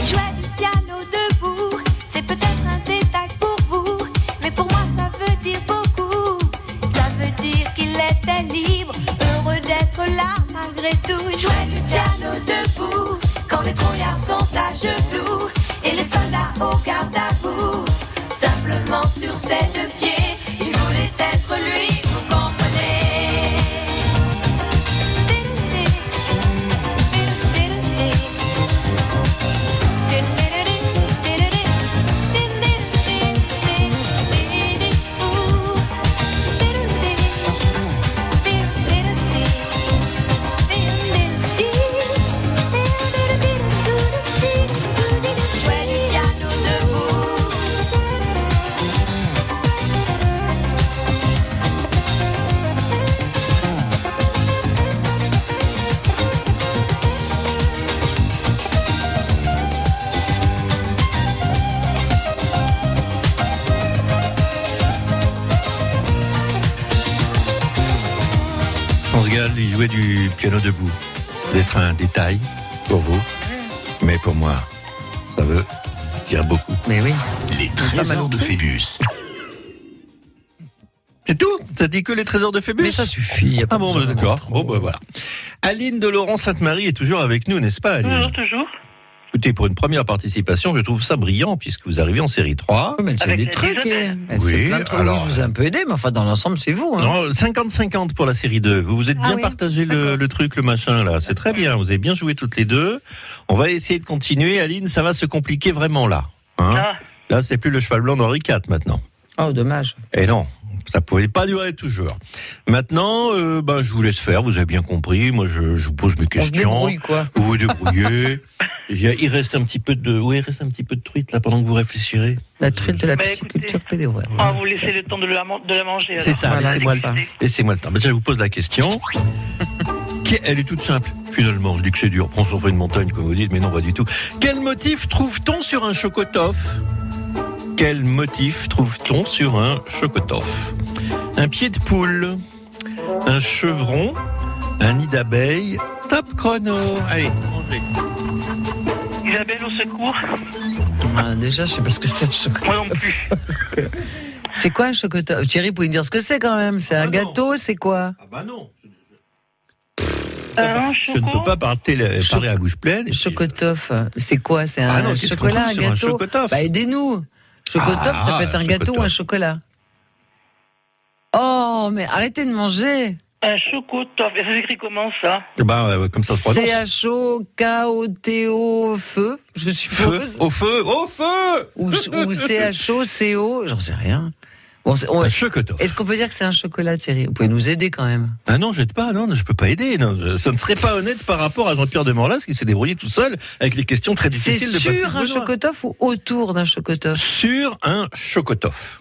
Il jouait du piano debout, c'est peut-être un détail pour vous, mais pour moi ça veut dire beaucoup. Ça veut dire qu'il était libre, heureux d'être là malgré tout. Il jouait du piano debout, quand les trouillards sont à genoux, et les soldats au garde à vous, simplement sur ses deux pieds, il voulait être lui, vous comprenez. Jouer du piano debout. France Gall, il jouait du piano debout. Peut-être un détail Pour vous Mais pour moi, ça veut dire beaucoup. Mais oui. Les trésors de Phébus. C'est tout T'as dit que les trésors de Phébus Mais ça suffit. Ah bon, bah, d'accord. Bon, bah, voilà. Aline de Laurent Sainte-Marie est toujours avec nous, n'est-ce pas, Aline Toujours, toujours. Écoutez, pour une première participation, je trouve ça brillant puisque vous arrivez en série 3. Oh, Mais elle sait des trucs. elle. Elle sait Oui, plein de trucs. alors- Oui, je vous ai un peu aidé, mais enfin, dans l'ensemble, c'est vous. hein. Non, 50-50 pour la série 2. Vous vous êtes bien partagé le, le truc, le machin, là. C'est très bien. Vous avez bien joué toutes les deux. On va essayer de continuer. Aline, ça va se compliquer vraiment, là. hein. Ah. Là, c'est plus le cheval blanc d'Henri IV, maintenant. Oh, dommage. Et non, ça pouvait pas durer toujours. Maintenant, euh, ben, je vous laisse faire, vous avez bien compris. Moi, je, je vous pose mes questions. débrouille, quoi. Vous vous débrouillez. Il y a- il reste un petit peu de, oui, il reste un petit peu de truite là pendant que vous réfléchirez. La truite de la Bah, pisciculture pédéoire. On va vous laisser le temps de la, man- de la manger. C'est alors. ça, laissez-moi le temps. Laissez-moi le temps. Ben, tiens, je vous pose la question. Que- Elle est toute simple, finalement. Je dis que c'est dur. On s'en fait une montagne, comme vous dites, mais non, pas du tout. Quel motif trouve-t-on sur un chocotof Quel motif trouve-t-on sur un chocotof Un pied de poule, un chevron, un nid d'abeille, top chrono. Allez, Isabelle, au secours. Ah, déjà, je sais pas ce que c'est un chocolat. Moi non plus. C'est quoi un chocolat Thierry, vous pouvez me dire ce que c'est quand même Oh, C'est un gâteau, c'est quoi Ah bah non Euh, Je ne peux pas parler, parler à bouche pleine. Chocotof, c'est quoi C'est un Ah non, qu'est-ce qu'on chocolat, trouve un sur un gâteau chocotof Bah, aidez-nous Chocotof, Ah, ça peut être un gâteau ou un chocotof. chocolat. Oh, mais arrêtez de manger Un chocotof. Et ça s'écrit comment ça Ben, euh, comme ça se prononce. C-H-O-K-O-T-O-Feu, je Feu, oh. suppose. au feu, au feu Ou, ou C-H-O-C-O, j'en sais rien. Bon, c'est- on- Un chocotof. Est-ce qu'on peut dire que c'est un chocolat, Thierry Vous pouvez nous aider quand même. Ah non, j'aide pas, non, je peux pas aider. Non, je- ça ne serait pas honnête par rapport à Jean-Pierre Demorlas qui s'est débrouillé tout seul avec les questions très C'est difficiles de Patrick sur un Benoît. chocotof ou autour d'un chocotof Sur un chocotof.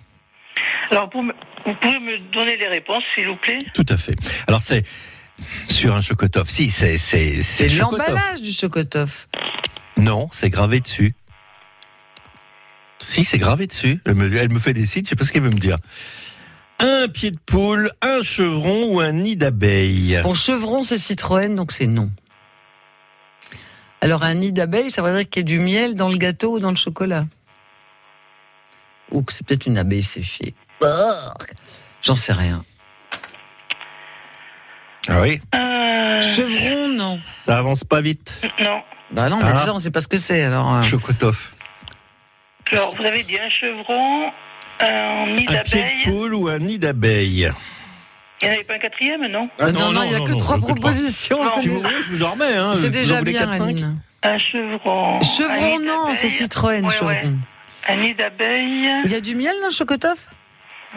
Alors, vous, me- vous pouvez me donner les réponses, s'il vous plaît Tout à fait. Alors c'est sur un chocotof. Si, c'est c'est C'est hein le chocotof. l'emballage du chocotof. Non, c'est gravé dessus. Si, c'est gravé dessus. Elle me, elle me fait des signes, je sais pas ce qu'elle veut me dire. Un pied de poule, un chevron ou un nid d'abeille. Bon, chevron, c'est Citroën, donc c'est non. Alors, un nid d'abeille, ça veut dire qu'il y a du miel dans le gâteau ou dans le chocolat. Ou que c'est peut-être une abeille séchée. Brrr. J'en sais rien. Ah oui, Euh, Chevron, non. ça avance pas vite. Non. Bah non, mais Ah. déjà, on sait pas ce que c'est. Alors, euh, Chocotof. Alors, vous avez dit un chevron, un nid Un pied d'abeille. de poule ou un nid d'abeille. Il n'y en avait pas un quatrième, non Ah non, non, non, non, je comprends. Si vous déjà- voulez, je vous en remets. Hein, c'est Vous en déjà voulez bien, quatre, cinq Aline. Un chevron. Chevron, un nid non, c'est d'abeille. Citroën, Ouais, chevron. ouais. Un nid d'abeille. Il y a du miel dans le chocotof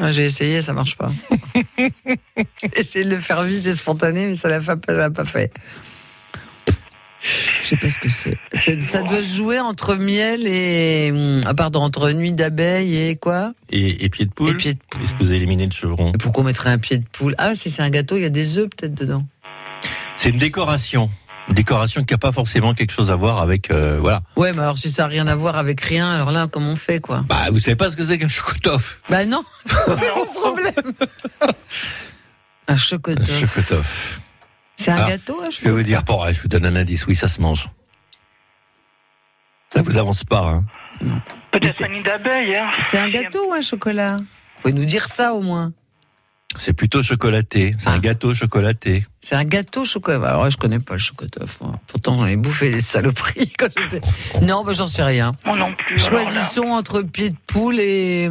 Ah, J'ai essayé, ça marche pas. J'ai essayé de le faire vite et spontané, mais ça l'a fa- ça l'a pas fait. Je sais pas ce que c'est. C'est- Ça doit se jouer entre miel et. hum, Ah, pardon, entre nuit d'abeille et quoi Et, et pied de poule. Est-ce que vous avez éliminé le chevron Pourquoi on mettrait un pied de poule Ah, si c'est un gâteau, il y a des œufs peut-être dedans. C'est une décoration. Une décoration qui n'a pas forcément quelque chose à voir avec. euh, voilà. Ouais, mais alors si ça n'a rien à voir avec rien, alors là, comment on fait quoi Bah, vous savez pas ce que c'est qu'un chocotof Bah non, c'est mon problème. un Un chocotof. chocotof. C'est un Ah, gâteau, un Je vais vous dire, bon, ouais, je vous donne un indice. Oui, ça se mange. Ça vous avance pas, hein Peut-être un nid d'abeille. Hein. C'est un gâteau ou un chocolat Vous pouvez nous dire ça au moins. C'est plutôt chocolaté. C'est un gâteau chocolaté. C'est un gâteau au chocolat. Bah, Alors là, je connais pas le chocotof. moi. Pourtant, j'en ai bouffé des saloperies quand j'étais. Non, bah, j'en sais rien. Moi non plus. alors là. Choisissons entre pied de poule et.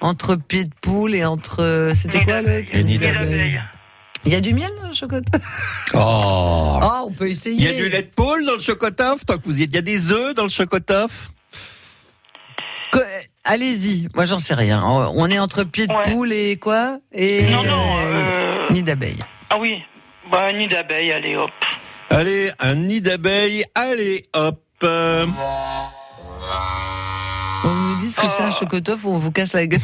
Entre pied de poule et entre. C'était quoi le. Et nid d'abeille. Il y a du miel dans le chocolat Oh Ah, on peut essayer. Il y a du lait de poule dans le chocotof, tant que vous y êtes. Il y a des œufs dans le chocotof. Que- Allez-y. Moi, j'en sais rien. On on est entre pied de poule et quoi Et. Non, non, euh, Nid d'abeille. Ah oui, bah, un nid d'abeille, allez hop. Allez, un nid d'abeille. Allez, hop. Euh, On nous dit ce que Oh. c'est un chocotof ou on vous casse la gueule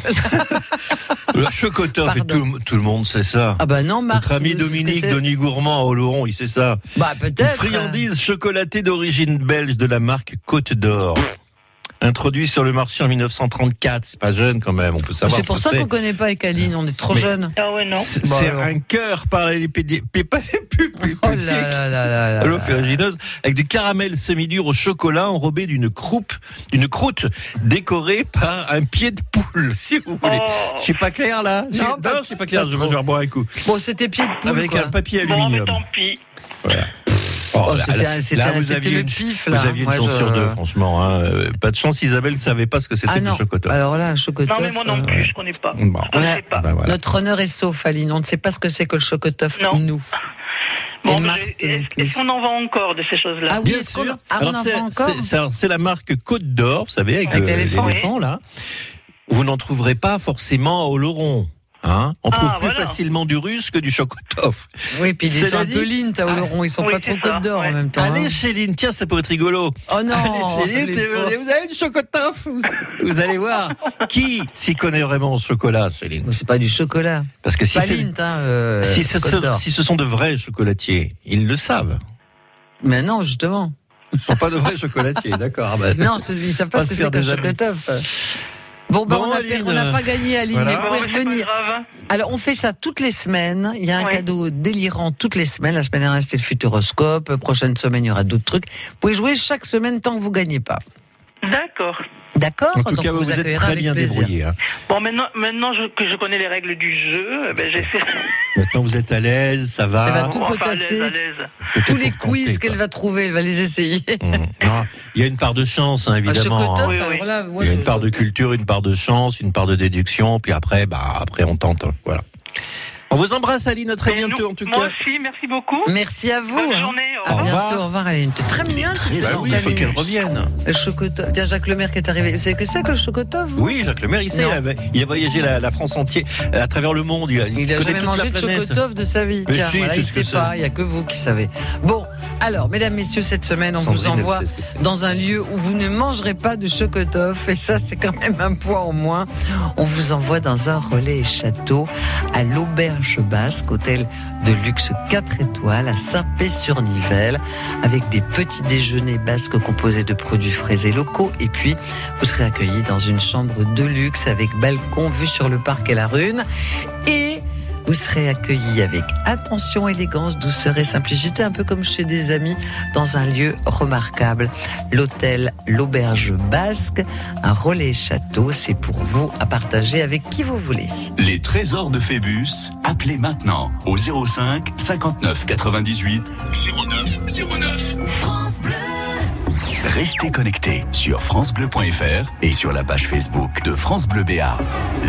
Le chocotof, et tout, le- tout le monde sait ça. Ah bah non, Marc. Notre ami il nous dit ce que Dominique c'est. Denis Gourmand à Oloron, il sait ça. Bah peut-être. Une friandise chocolatée d'origine belge de la marque Côte d'Or. introduit sur le marché en 1934. C'est pas jeune quand même, on peut savoir. C'est pour ce ça que qu'on connaît pas Ecaline, on est trop Mais- jeune. Ah ouais, non. c'est. C'est un cœur par les pédi- pépa- Oh Allô, ferrugineuse, avec du caramel semi-dur au chocolat enrobé d'une croupe, d'une croûte décorée par un pied de poule, si vous voulez. Oh. Je suis pas clair là Je- Non, pas- je suis pas clair, pas je vais je vais boire un coup. Bon, c'était pied de poule. Avec quoi. un papier aluminium. Puis, Voilà. Oh, là, c'était- là, c'était- là, vous c'était aviez le une- pif, Vous là. aviez une Moi, chance je- sur deux, franchement. hein. Euh, Pas de chance, Isabelle ne savait pas ce que c'était Ah du non. chocolat. Alors là, un chocotof. Non, mais moi non euh, plus, je connais pas. Bon. voilà. Bah, Notre honneur est sauf, Aline. On ne sait pas ce que c'est que le chocotof, nous. Bon, Et mais Marthe j'ai- est-ce est-ce qu'on en vend encore de ces choses-là Ah oui, Bien est-ce qu'on- sûr. ah, on Alors, en c'est- vend encore c'est- c'est- alors, C'est la marque Côte d'Or, vous savez, avec, Avec le- l'éléphant. l'éléphant, là. Vous n'en trouverez pas forcément à Oloron. Hein On trouve plus facilement du russe que du chocotof. Oui, puis ils Cela sont un dit- peu lean, t'as Ah, Oloron. Ils sont pas trop côte d'or en même temps. Allez, hein. Céline, tiens, ça pourrait être rigolo. Oh non, Allez, Céline, les t'es- pauvres. vous avez du chocotof vous, vous allez voir qui s'y connaît vraiment au chocolat, Céline. C'est pas du chocolat. Parce que si Pas c'est- Lint, hein, euh, si, ce, Côte ce- d'Or. si ce sont de vrais chocolatiers, ils le savent. Mais non, justement. Ils ne sont pas de vrais chocolatiers, d'accord. ah bah- Non, ce- ils savent pas ce se que faire c'est qu'un des amis. chocotof. Bon, bah, Bon, on a Aline. per- on n'a pas gagné, Aline, Voilà. mais Ah vous Bon, pouvez c'est pas revenir. hein. Alors, on fait ça toutes les semaines. Il y a un cadeau délirant toutes les semaines. La semaine dernière, c'était le futuroscope. Prochaine semaine, il y aura d'autres trucs. Vous pouvez jouer chaque semaine tant que vous gagnez pas. D'accord. D'accord En tout Donc, cas, on vous vous êtes accueillera très avec bien plaisir. débrouillé. hein. Bon, maintenant, maintenant je- que je connais les règles du jeu, eh ben, j'essaie. Maintenant, vous êtes à l'aise, ça va. Elle va tout Enfin, à potasser. l'aise, à l'aise. C'était Eh ben, Tous pour les tenter, quiz quoi. Mmh. qu'elle va trouver, elle va les essayer. Non, il y a une part de chance, hein, évidemment. Un hein. chocotof, alors là, Ah, moi, Il y a je- une part de culture, une part de chance, une part de déduction, puis après, bah, après on tente. hein. Voilà. On vous embrasse, Aline, à très Et bientôt nous- en tout Moi cas. aussi, merci beaucoup. Merci à vous. Bonne hein. journée, au À revoir. bientôt, au revoir, Aline. T'es très mignonne. Bah oui, il faut qu'elle revienne. Le chocotof. Tiens, Jacques Lemaire qui est arrivé. Vous savez que c'est que le chocotof vous Oui, Jacques Lemaire, il sait, Non. il avait- il a voyagé la, la France entière, euh, à travers le monde. Il a, Il n'a connaît jamais toute la mangé de planète. chocotof de sa vie. Mais Tiens, si, voilà, c'est il ce que sait c'est. pas, il n'y a que vous qui savez. Bon, alors, mesdames, messieurs, cette semaine, on Sandrine, elle vous envoie sait ce que c'est. dans un lieu où vous ne mangerez pas de chocotof. Et ça, c'est quand même un poids en moins. On vous envoie dans un relais et château à l'Auberge Basque, hôtel de luxe 4 étoiles à Saint-Pé-sur-Nivelle, avec des petits déjeuners basques composés de produits frais et locaux. Et puis, vous serez accueillis dans une chambre de luxe avec balcon, vue sur le parc et la rune. Et vous serez accueillis avec attention, élégance, douceur et simplicité, un peu comme chez des amis, dans un lieu remarquable. L'hôtel L'Auberge Basque, un relais château, c'est pour vous à partager avec qui vous voulez. Les trésors de Phébus, appelez maintenant au 05 59 98 09 09. France Bleu. Restez connectés sur francebleu.fr et sur la page Facebook de France Bleu Béarn.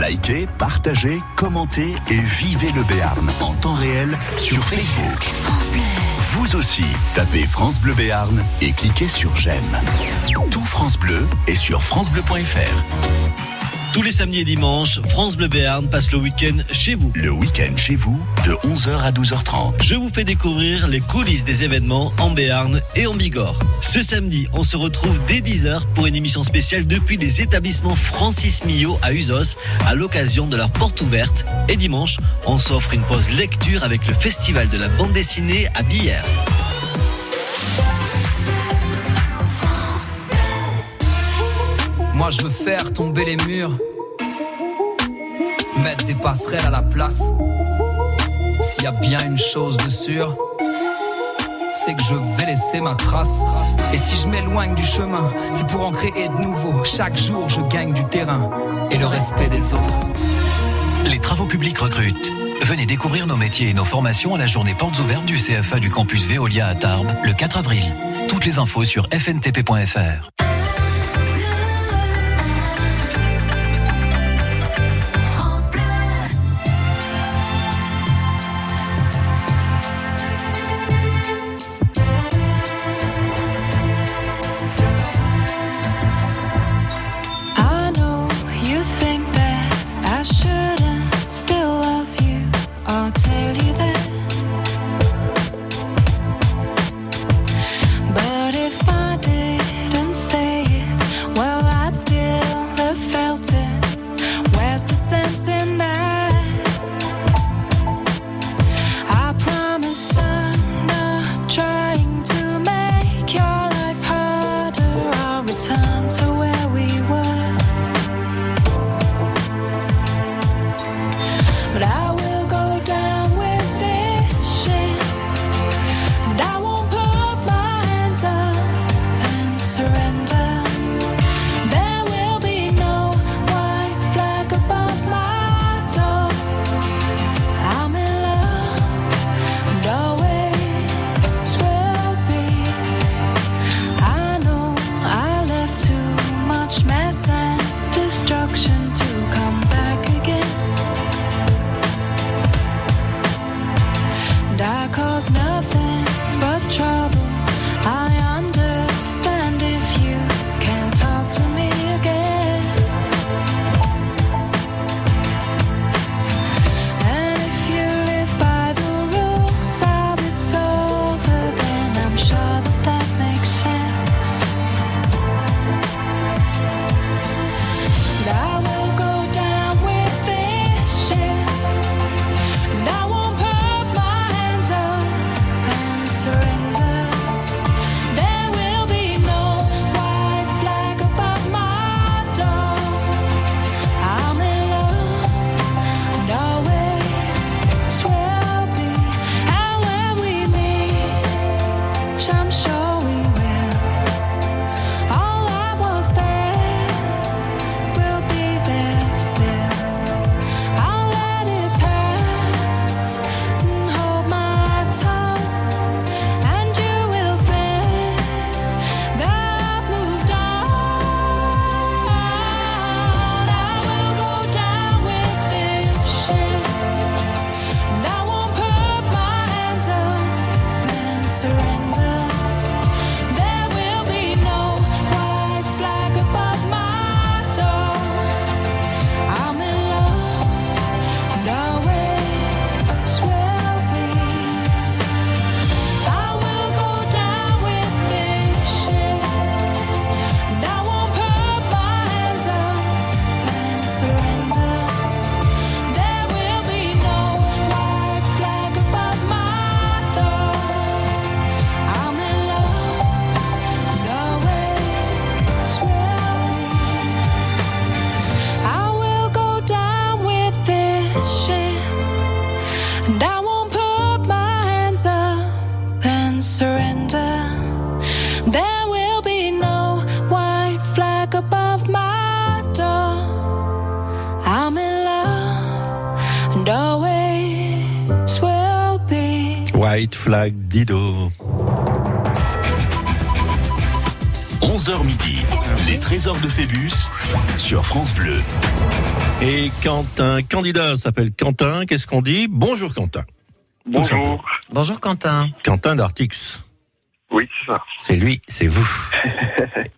Likez, partagez, commentez et vivez le Béarn en temps réel sur Facebook. Vous aussi, tapez France Bleu Béarn et cliquez sur j'aime. Tout France Bleu est sur francebleu.fr. Tous les samedis et dimanches, France Bleu Béarn passe le week-end chez vous. Le week-end chez vous, de 11h à 12h30. Je vous fais découvrir les coulisses des événements en Béarn et en Bigorre. Ce samedi, on se retrouve dès 10h pour une émission spéciale depuis les établissements Francis Millot à Usos à l'occasion de leur porte ouverte. Et dimanche, on s'offre une pause lecture avec le Festival de la bande dessinée à Billère. Moi je veux faire tomber les murs, mettre des passerelles à la place. S'il y a bien une chose de sûre, c'est que je vais laisser ma trace. Et si je m'éloigne du chemin, c'est pour en créer de nouveau. Chaque jour je gagne du terrain et le respect des autres. Les travaux publics recrutent. Venez découvrir nos métiers et nos formations à la journée portes ouvertes du CFA du campus Veolia à Tarbes le 4 avril. Toutes les infos sur fntp.fr. I know you think that I shouldn't still love you. I'll tell you that. But if I didn't say White Flag Dido. 11h midi, les trésors de Phébus sur France Bleu. Et quand un candidat s'appelle Quentin, qu'est-ce qu'on dit Bonjour Quentin. Bonjour. Bonjour Quentin. Quentin d'Artix. Oui, c'est ça. C'est lui, c'est vous.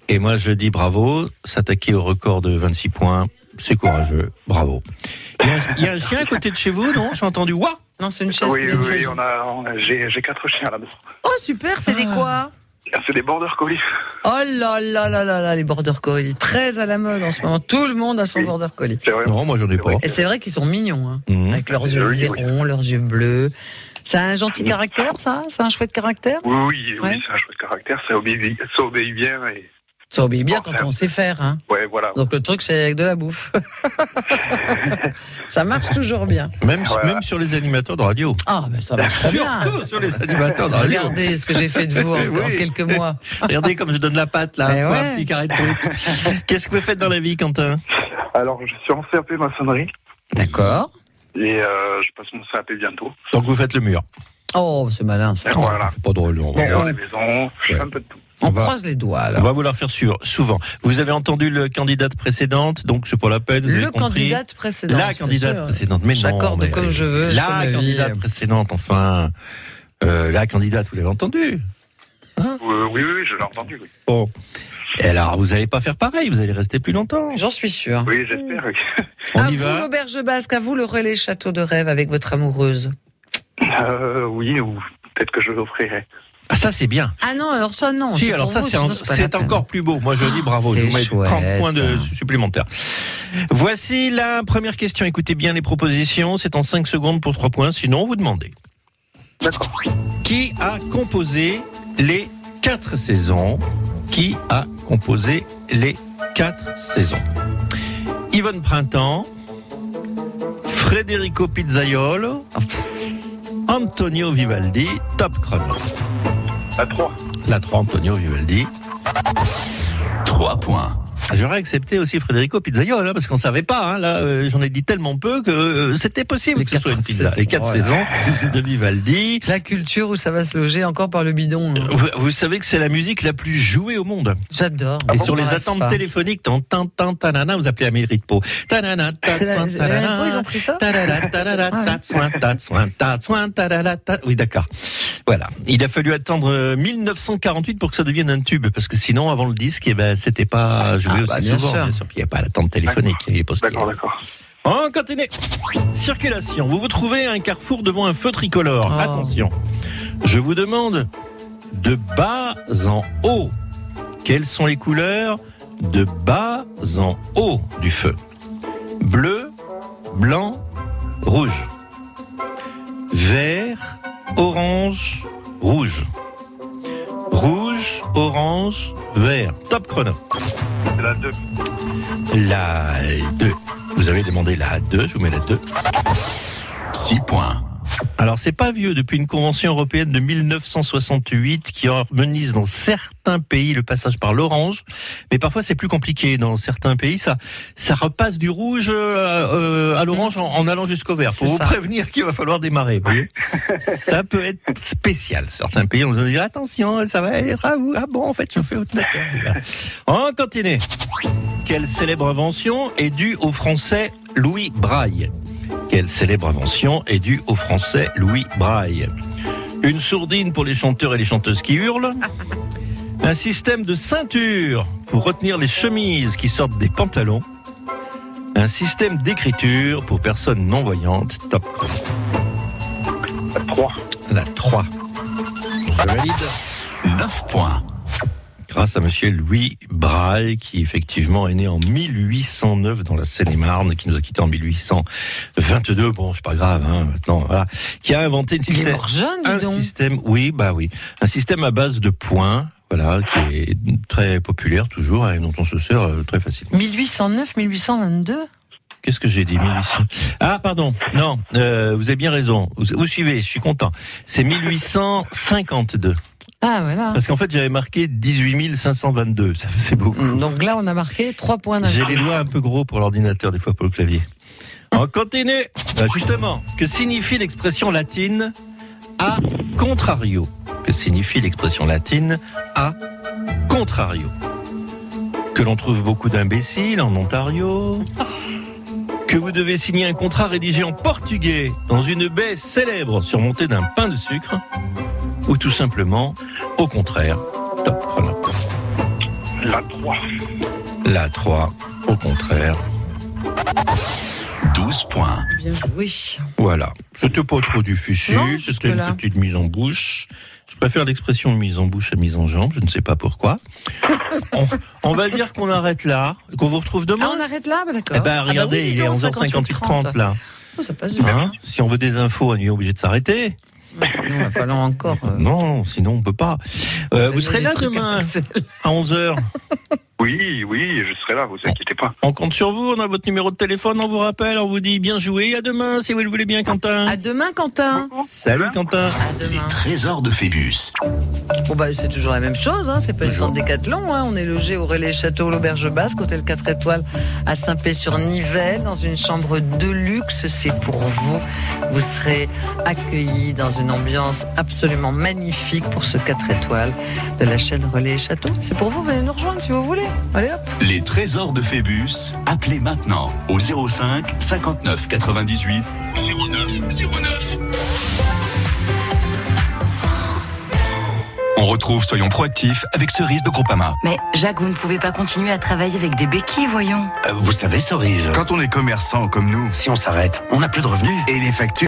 Et moi je dis bravo, s'attaquer au record de 26 points, c'est courageux, bravo. Il y, a un, il y a un chien à côté de chez vous, non J'ai entendu Ouah Non, c'est une chaise. Oui, qui oui, vient de oui, chez on a, on a- j'ai j'ai quatre chiens là-dedans. Oh super, c'est des quoi C'est des border collies. Oh là là là là là, les border collies, très à la mode en ce moment. Tout le monde a son border collie. Non, moi j'en ai pas. Et c'est vrai qu'ils sont mignons, hein, Mhm. avec leurs yeux Oui, oui. verrons, leurs yeux bleus. Ça a un gentil caractère, ça C'est un chouette caractère Oui, oui, Ouais. oui, c'est un chouette caractère, ça obéit, ça obéit bien et. Ça obéit bien Bon, quand on sait faire. Hein. Ouais, voilà. Donc le truc, c'est avec de la bouffe. ça marche toujours bien. Même, même sur les animateurs de radio. Ah, mais ça marche très bien. Surtout sur les animateurs de radio. Regardez ce que j'ai fait de vous en, en Oui. quelques mois. Regardez comme je donne la patte là, Mais pour un ouais. petit carré de truite. Qu'est-ce que vous faites dans la vie, Quentin Alors, je suis en CAP maçonnerie. D'accord. Et euh, je passe mon CAP bientôt. Donc vous faites le mur. Oh, c'est malin ça. Voilà. C'est pas drôle. On, Je gère on- la maison, je fais un peu de tout. on croise les doigts alors. on va vous la refaire sur, souvent. Vous avez entendu le candidate précédente, donc c'est pas la peine. Vous avez Le compris. candidate précédent. La candidate précédente. Mais non. J'accorde mais- comme je veux. je fais La ma vie. candidate précédente, enfin. Euh, la candidate, vous l'avez entendue. Euh, oui, oui, oui, je l'ai entendu. Oui, Bon. Et alors, vous allez pas faire pareil, vous allez rester plus longtemps. J'en suis sûr. oui j'espère. Mm. oui. On à y Ah, vous va. l'auberge basque, à vous le relais château de rêve avec votre amoureuse. Euh, oui, ou peut-être que je l'offrirai. Ah, ça, c'est bien. Ah non, alors ça non. Si, c'est alors pour ça, vous, c'est en- sinon, pas la c'est peine. encore plus beau. Moi, je dis bravo. Je c'est vous mets 30 chouette. points de supplémentaires. Voici la première question. Écoutez bien les propositions. C'est en 5 secondes pour 3 points. Sinon, vous demandez. D'accord. Qui a composé les 4 saisons Qui a composé les 4 saisons Yvonne Printemps, Federico Pizzaiolo, Antonio Vivaldi, top chrono. La 3. La 3, Antonio Vivaldi. 3 points. J'aurais accepté aussi Federico Pizzaiolo, hein, parce qu'on savait pas. hein, là, euh, j'en ai dit tellement peu que euh, c'était possible que ce soit une pizza. les quatre voilà. saisons de Vivaldi. La culture où ça va se loger encore par le bidon. hein. Vous, vous savez que c'est la musique la plus jouée au monde. J'adore. Et sur les Embrasse attentes pas. téléphoniques, dans tin, tin, tanana, vous appelez Amélie de Pau. Tanana, Ah, C'est la- tatsoin, c'est la tanana, même fois, ils ont pris ça Ah tarara, tarara, tatsoin, tatsoin, tatsoin, tarara, ta- Oui, d'accord. Voilà. Il a fallu attendre euh, 1948 pour que ça devienne un tube, parce que sinon, avant le disque, eh ben, c'était pas joué Ah, aussi bah, bien souvent. sûr. Bien sûr, puis il n'y a pas l'attente téléphonique, il y a les postiers. D'accord, d'accord. On continue. Circulation. Vous vous trouvez à un carrefour devant un feu tricolore. Oh. Attention. Je vous demande de bas en haut. Quelles sont les couleurs de bas en haut du feu Bleu, blanc, rouge. Vert, orange, rouge. Rouge, orange, vert. Top chrono. C'est la 2. La 2. Vous avez demandé la 2, je vous mets la 2. 6 points. Alors, c'est pas vieux. Depuis une convention européenne de 1968 qui harmonise dans certains pays le passage par l'orange. Mais parfois, c'est plus compliqué. Dans certains pays, ça, ça repasse du rouge euh, euh, à l'orange en, en allant jusqu'au vert. Pour C'est vous ça. prévenir qu'il va falloir démarrer. vous voyez. ça peut être spécial. Certains pays, on nous dit attention, ça va être à vous. Ah bon, en fait, je fais autre chose. On continue. Quelle célèbre invention est due au français Louis Braille Quelle célèbre invention est due au français Louis Braille Une sourdine pour les chanteurs et les chanteuses qui hurlent Un système de ceinture pour retenir les chemises qui sortent des pantalons Un système d'écriture pour personnes non-voyantes Top chrono. La 3. La 3. Je valide. 9 points. grâce à monsieur Louis Braille, qui effectivement est né en 1809 dans la Seine-et-Marne, qui nous a quittés en 1822. Bon, c'est pas grave, hein, maintenant, voilà. Qui a inventé une Il est système. mort jeune, dis un donc. système, oui, bah oui. Un système à base de points, voilà, qui est très populaire toujours, hein, et dont on se sert euh, très facilement. 1809, 1822. Qu'est-ce que j'ai dit 1800 Ah, pardon. Non, euh, vous avez bien raison. Vous, vous suivez, je suis content. C'est 1852. Ah voilà. Parce qu'en fait, j'avais marqué 18 522. Ça faisait beaucoup. Mm. Donc là, on a marqué 3 points J'ai d'info. les doigts un peu gros pour l'ordinateur, des fois pour le Ah. clavier. On continue. Bah, justement, que signifie l'expression latine a contrario, que signifie l'expression latine a contrario. Que l'on trouve beaucoup d'imbéciles en Ontario. Que vous devez signer un contrat rédigé en portugais dans une baie célèbre surmontée d'un pain de sucre. Ou tout simplement, au contraire, top chrono. La 3. La 3, au contraire. 12 points. Bien joué. Voilà. C'était pas trop Non, difficile, c'était une jusque-là. petite mise en bouche. Je préfère l'expression mise en bouche à mise en jambe, je ne sais pas pourquoi. on, on va dire qu'on arrête là, et qu'on vous retrouve demain. Ah, on arrête là, bah, d'accord. Eh ben, Ah bah regardez, oui, dis il est donc, 11h58-30 là. Oh, ça passe Hein bien. si on veut des infos, on est obligé de s'arrêter. il va falloir encore. Non, sinon on peut pas. Euh, Bah, vous serez des là Bah, trucs demain Hein à 11h. Oui, oui, je serai là, vous inquiétez pas. On compte sur vous, on a votre numéro de téléphone, on vous rappelle, on vous dit bien joué, à demain si vous le voulez bien Quentin. À demain, Quentin. Salut Quentin. Les trésors de Phébus. Bon, bah, c'est toujours la même chose, hein, c'est pas le temps de décathlon. hein. On est logé au Relais Château, l'Auberge Basque, hôtel 4 étoiles à Saint-Pé-sur-Nivelle, dans une chambre de luxe. C'est pour vous. Vous serez accueillis dans une ambiance absolument magnifique pour ce 4 étoiles de la chaîne Relais Château. C'est pour vous, venez nous rejoindre si vous voulez. Allez hop. Les trésors de Phébus, appelez maintenant au 05 59 98 09 09. On retrouve Soyons proactifs avec Cerise de Groupama. Mais Jacques, vous ne pouvez pas continuer à travailler avec des béquilles, voyons. Euh, Vous savez, Cerise, quand on est commerçant comme nous, si on s'arrête, on n'a plus de revenus. Et les factures.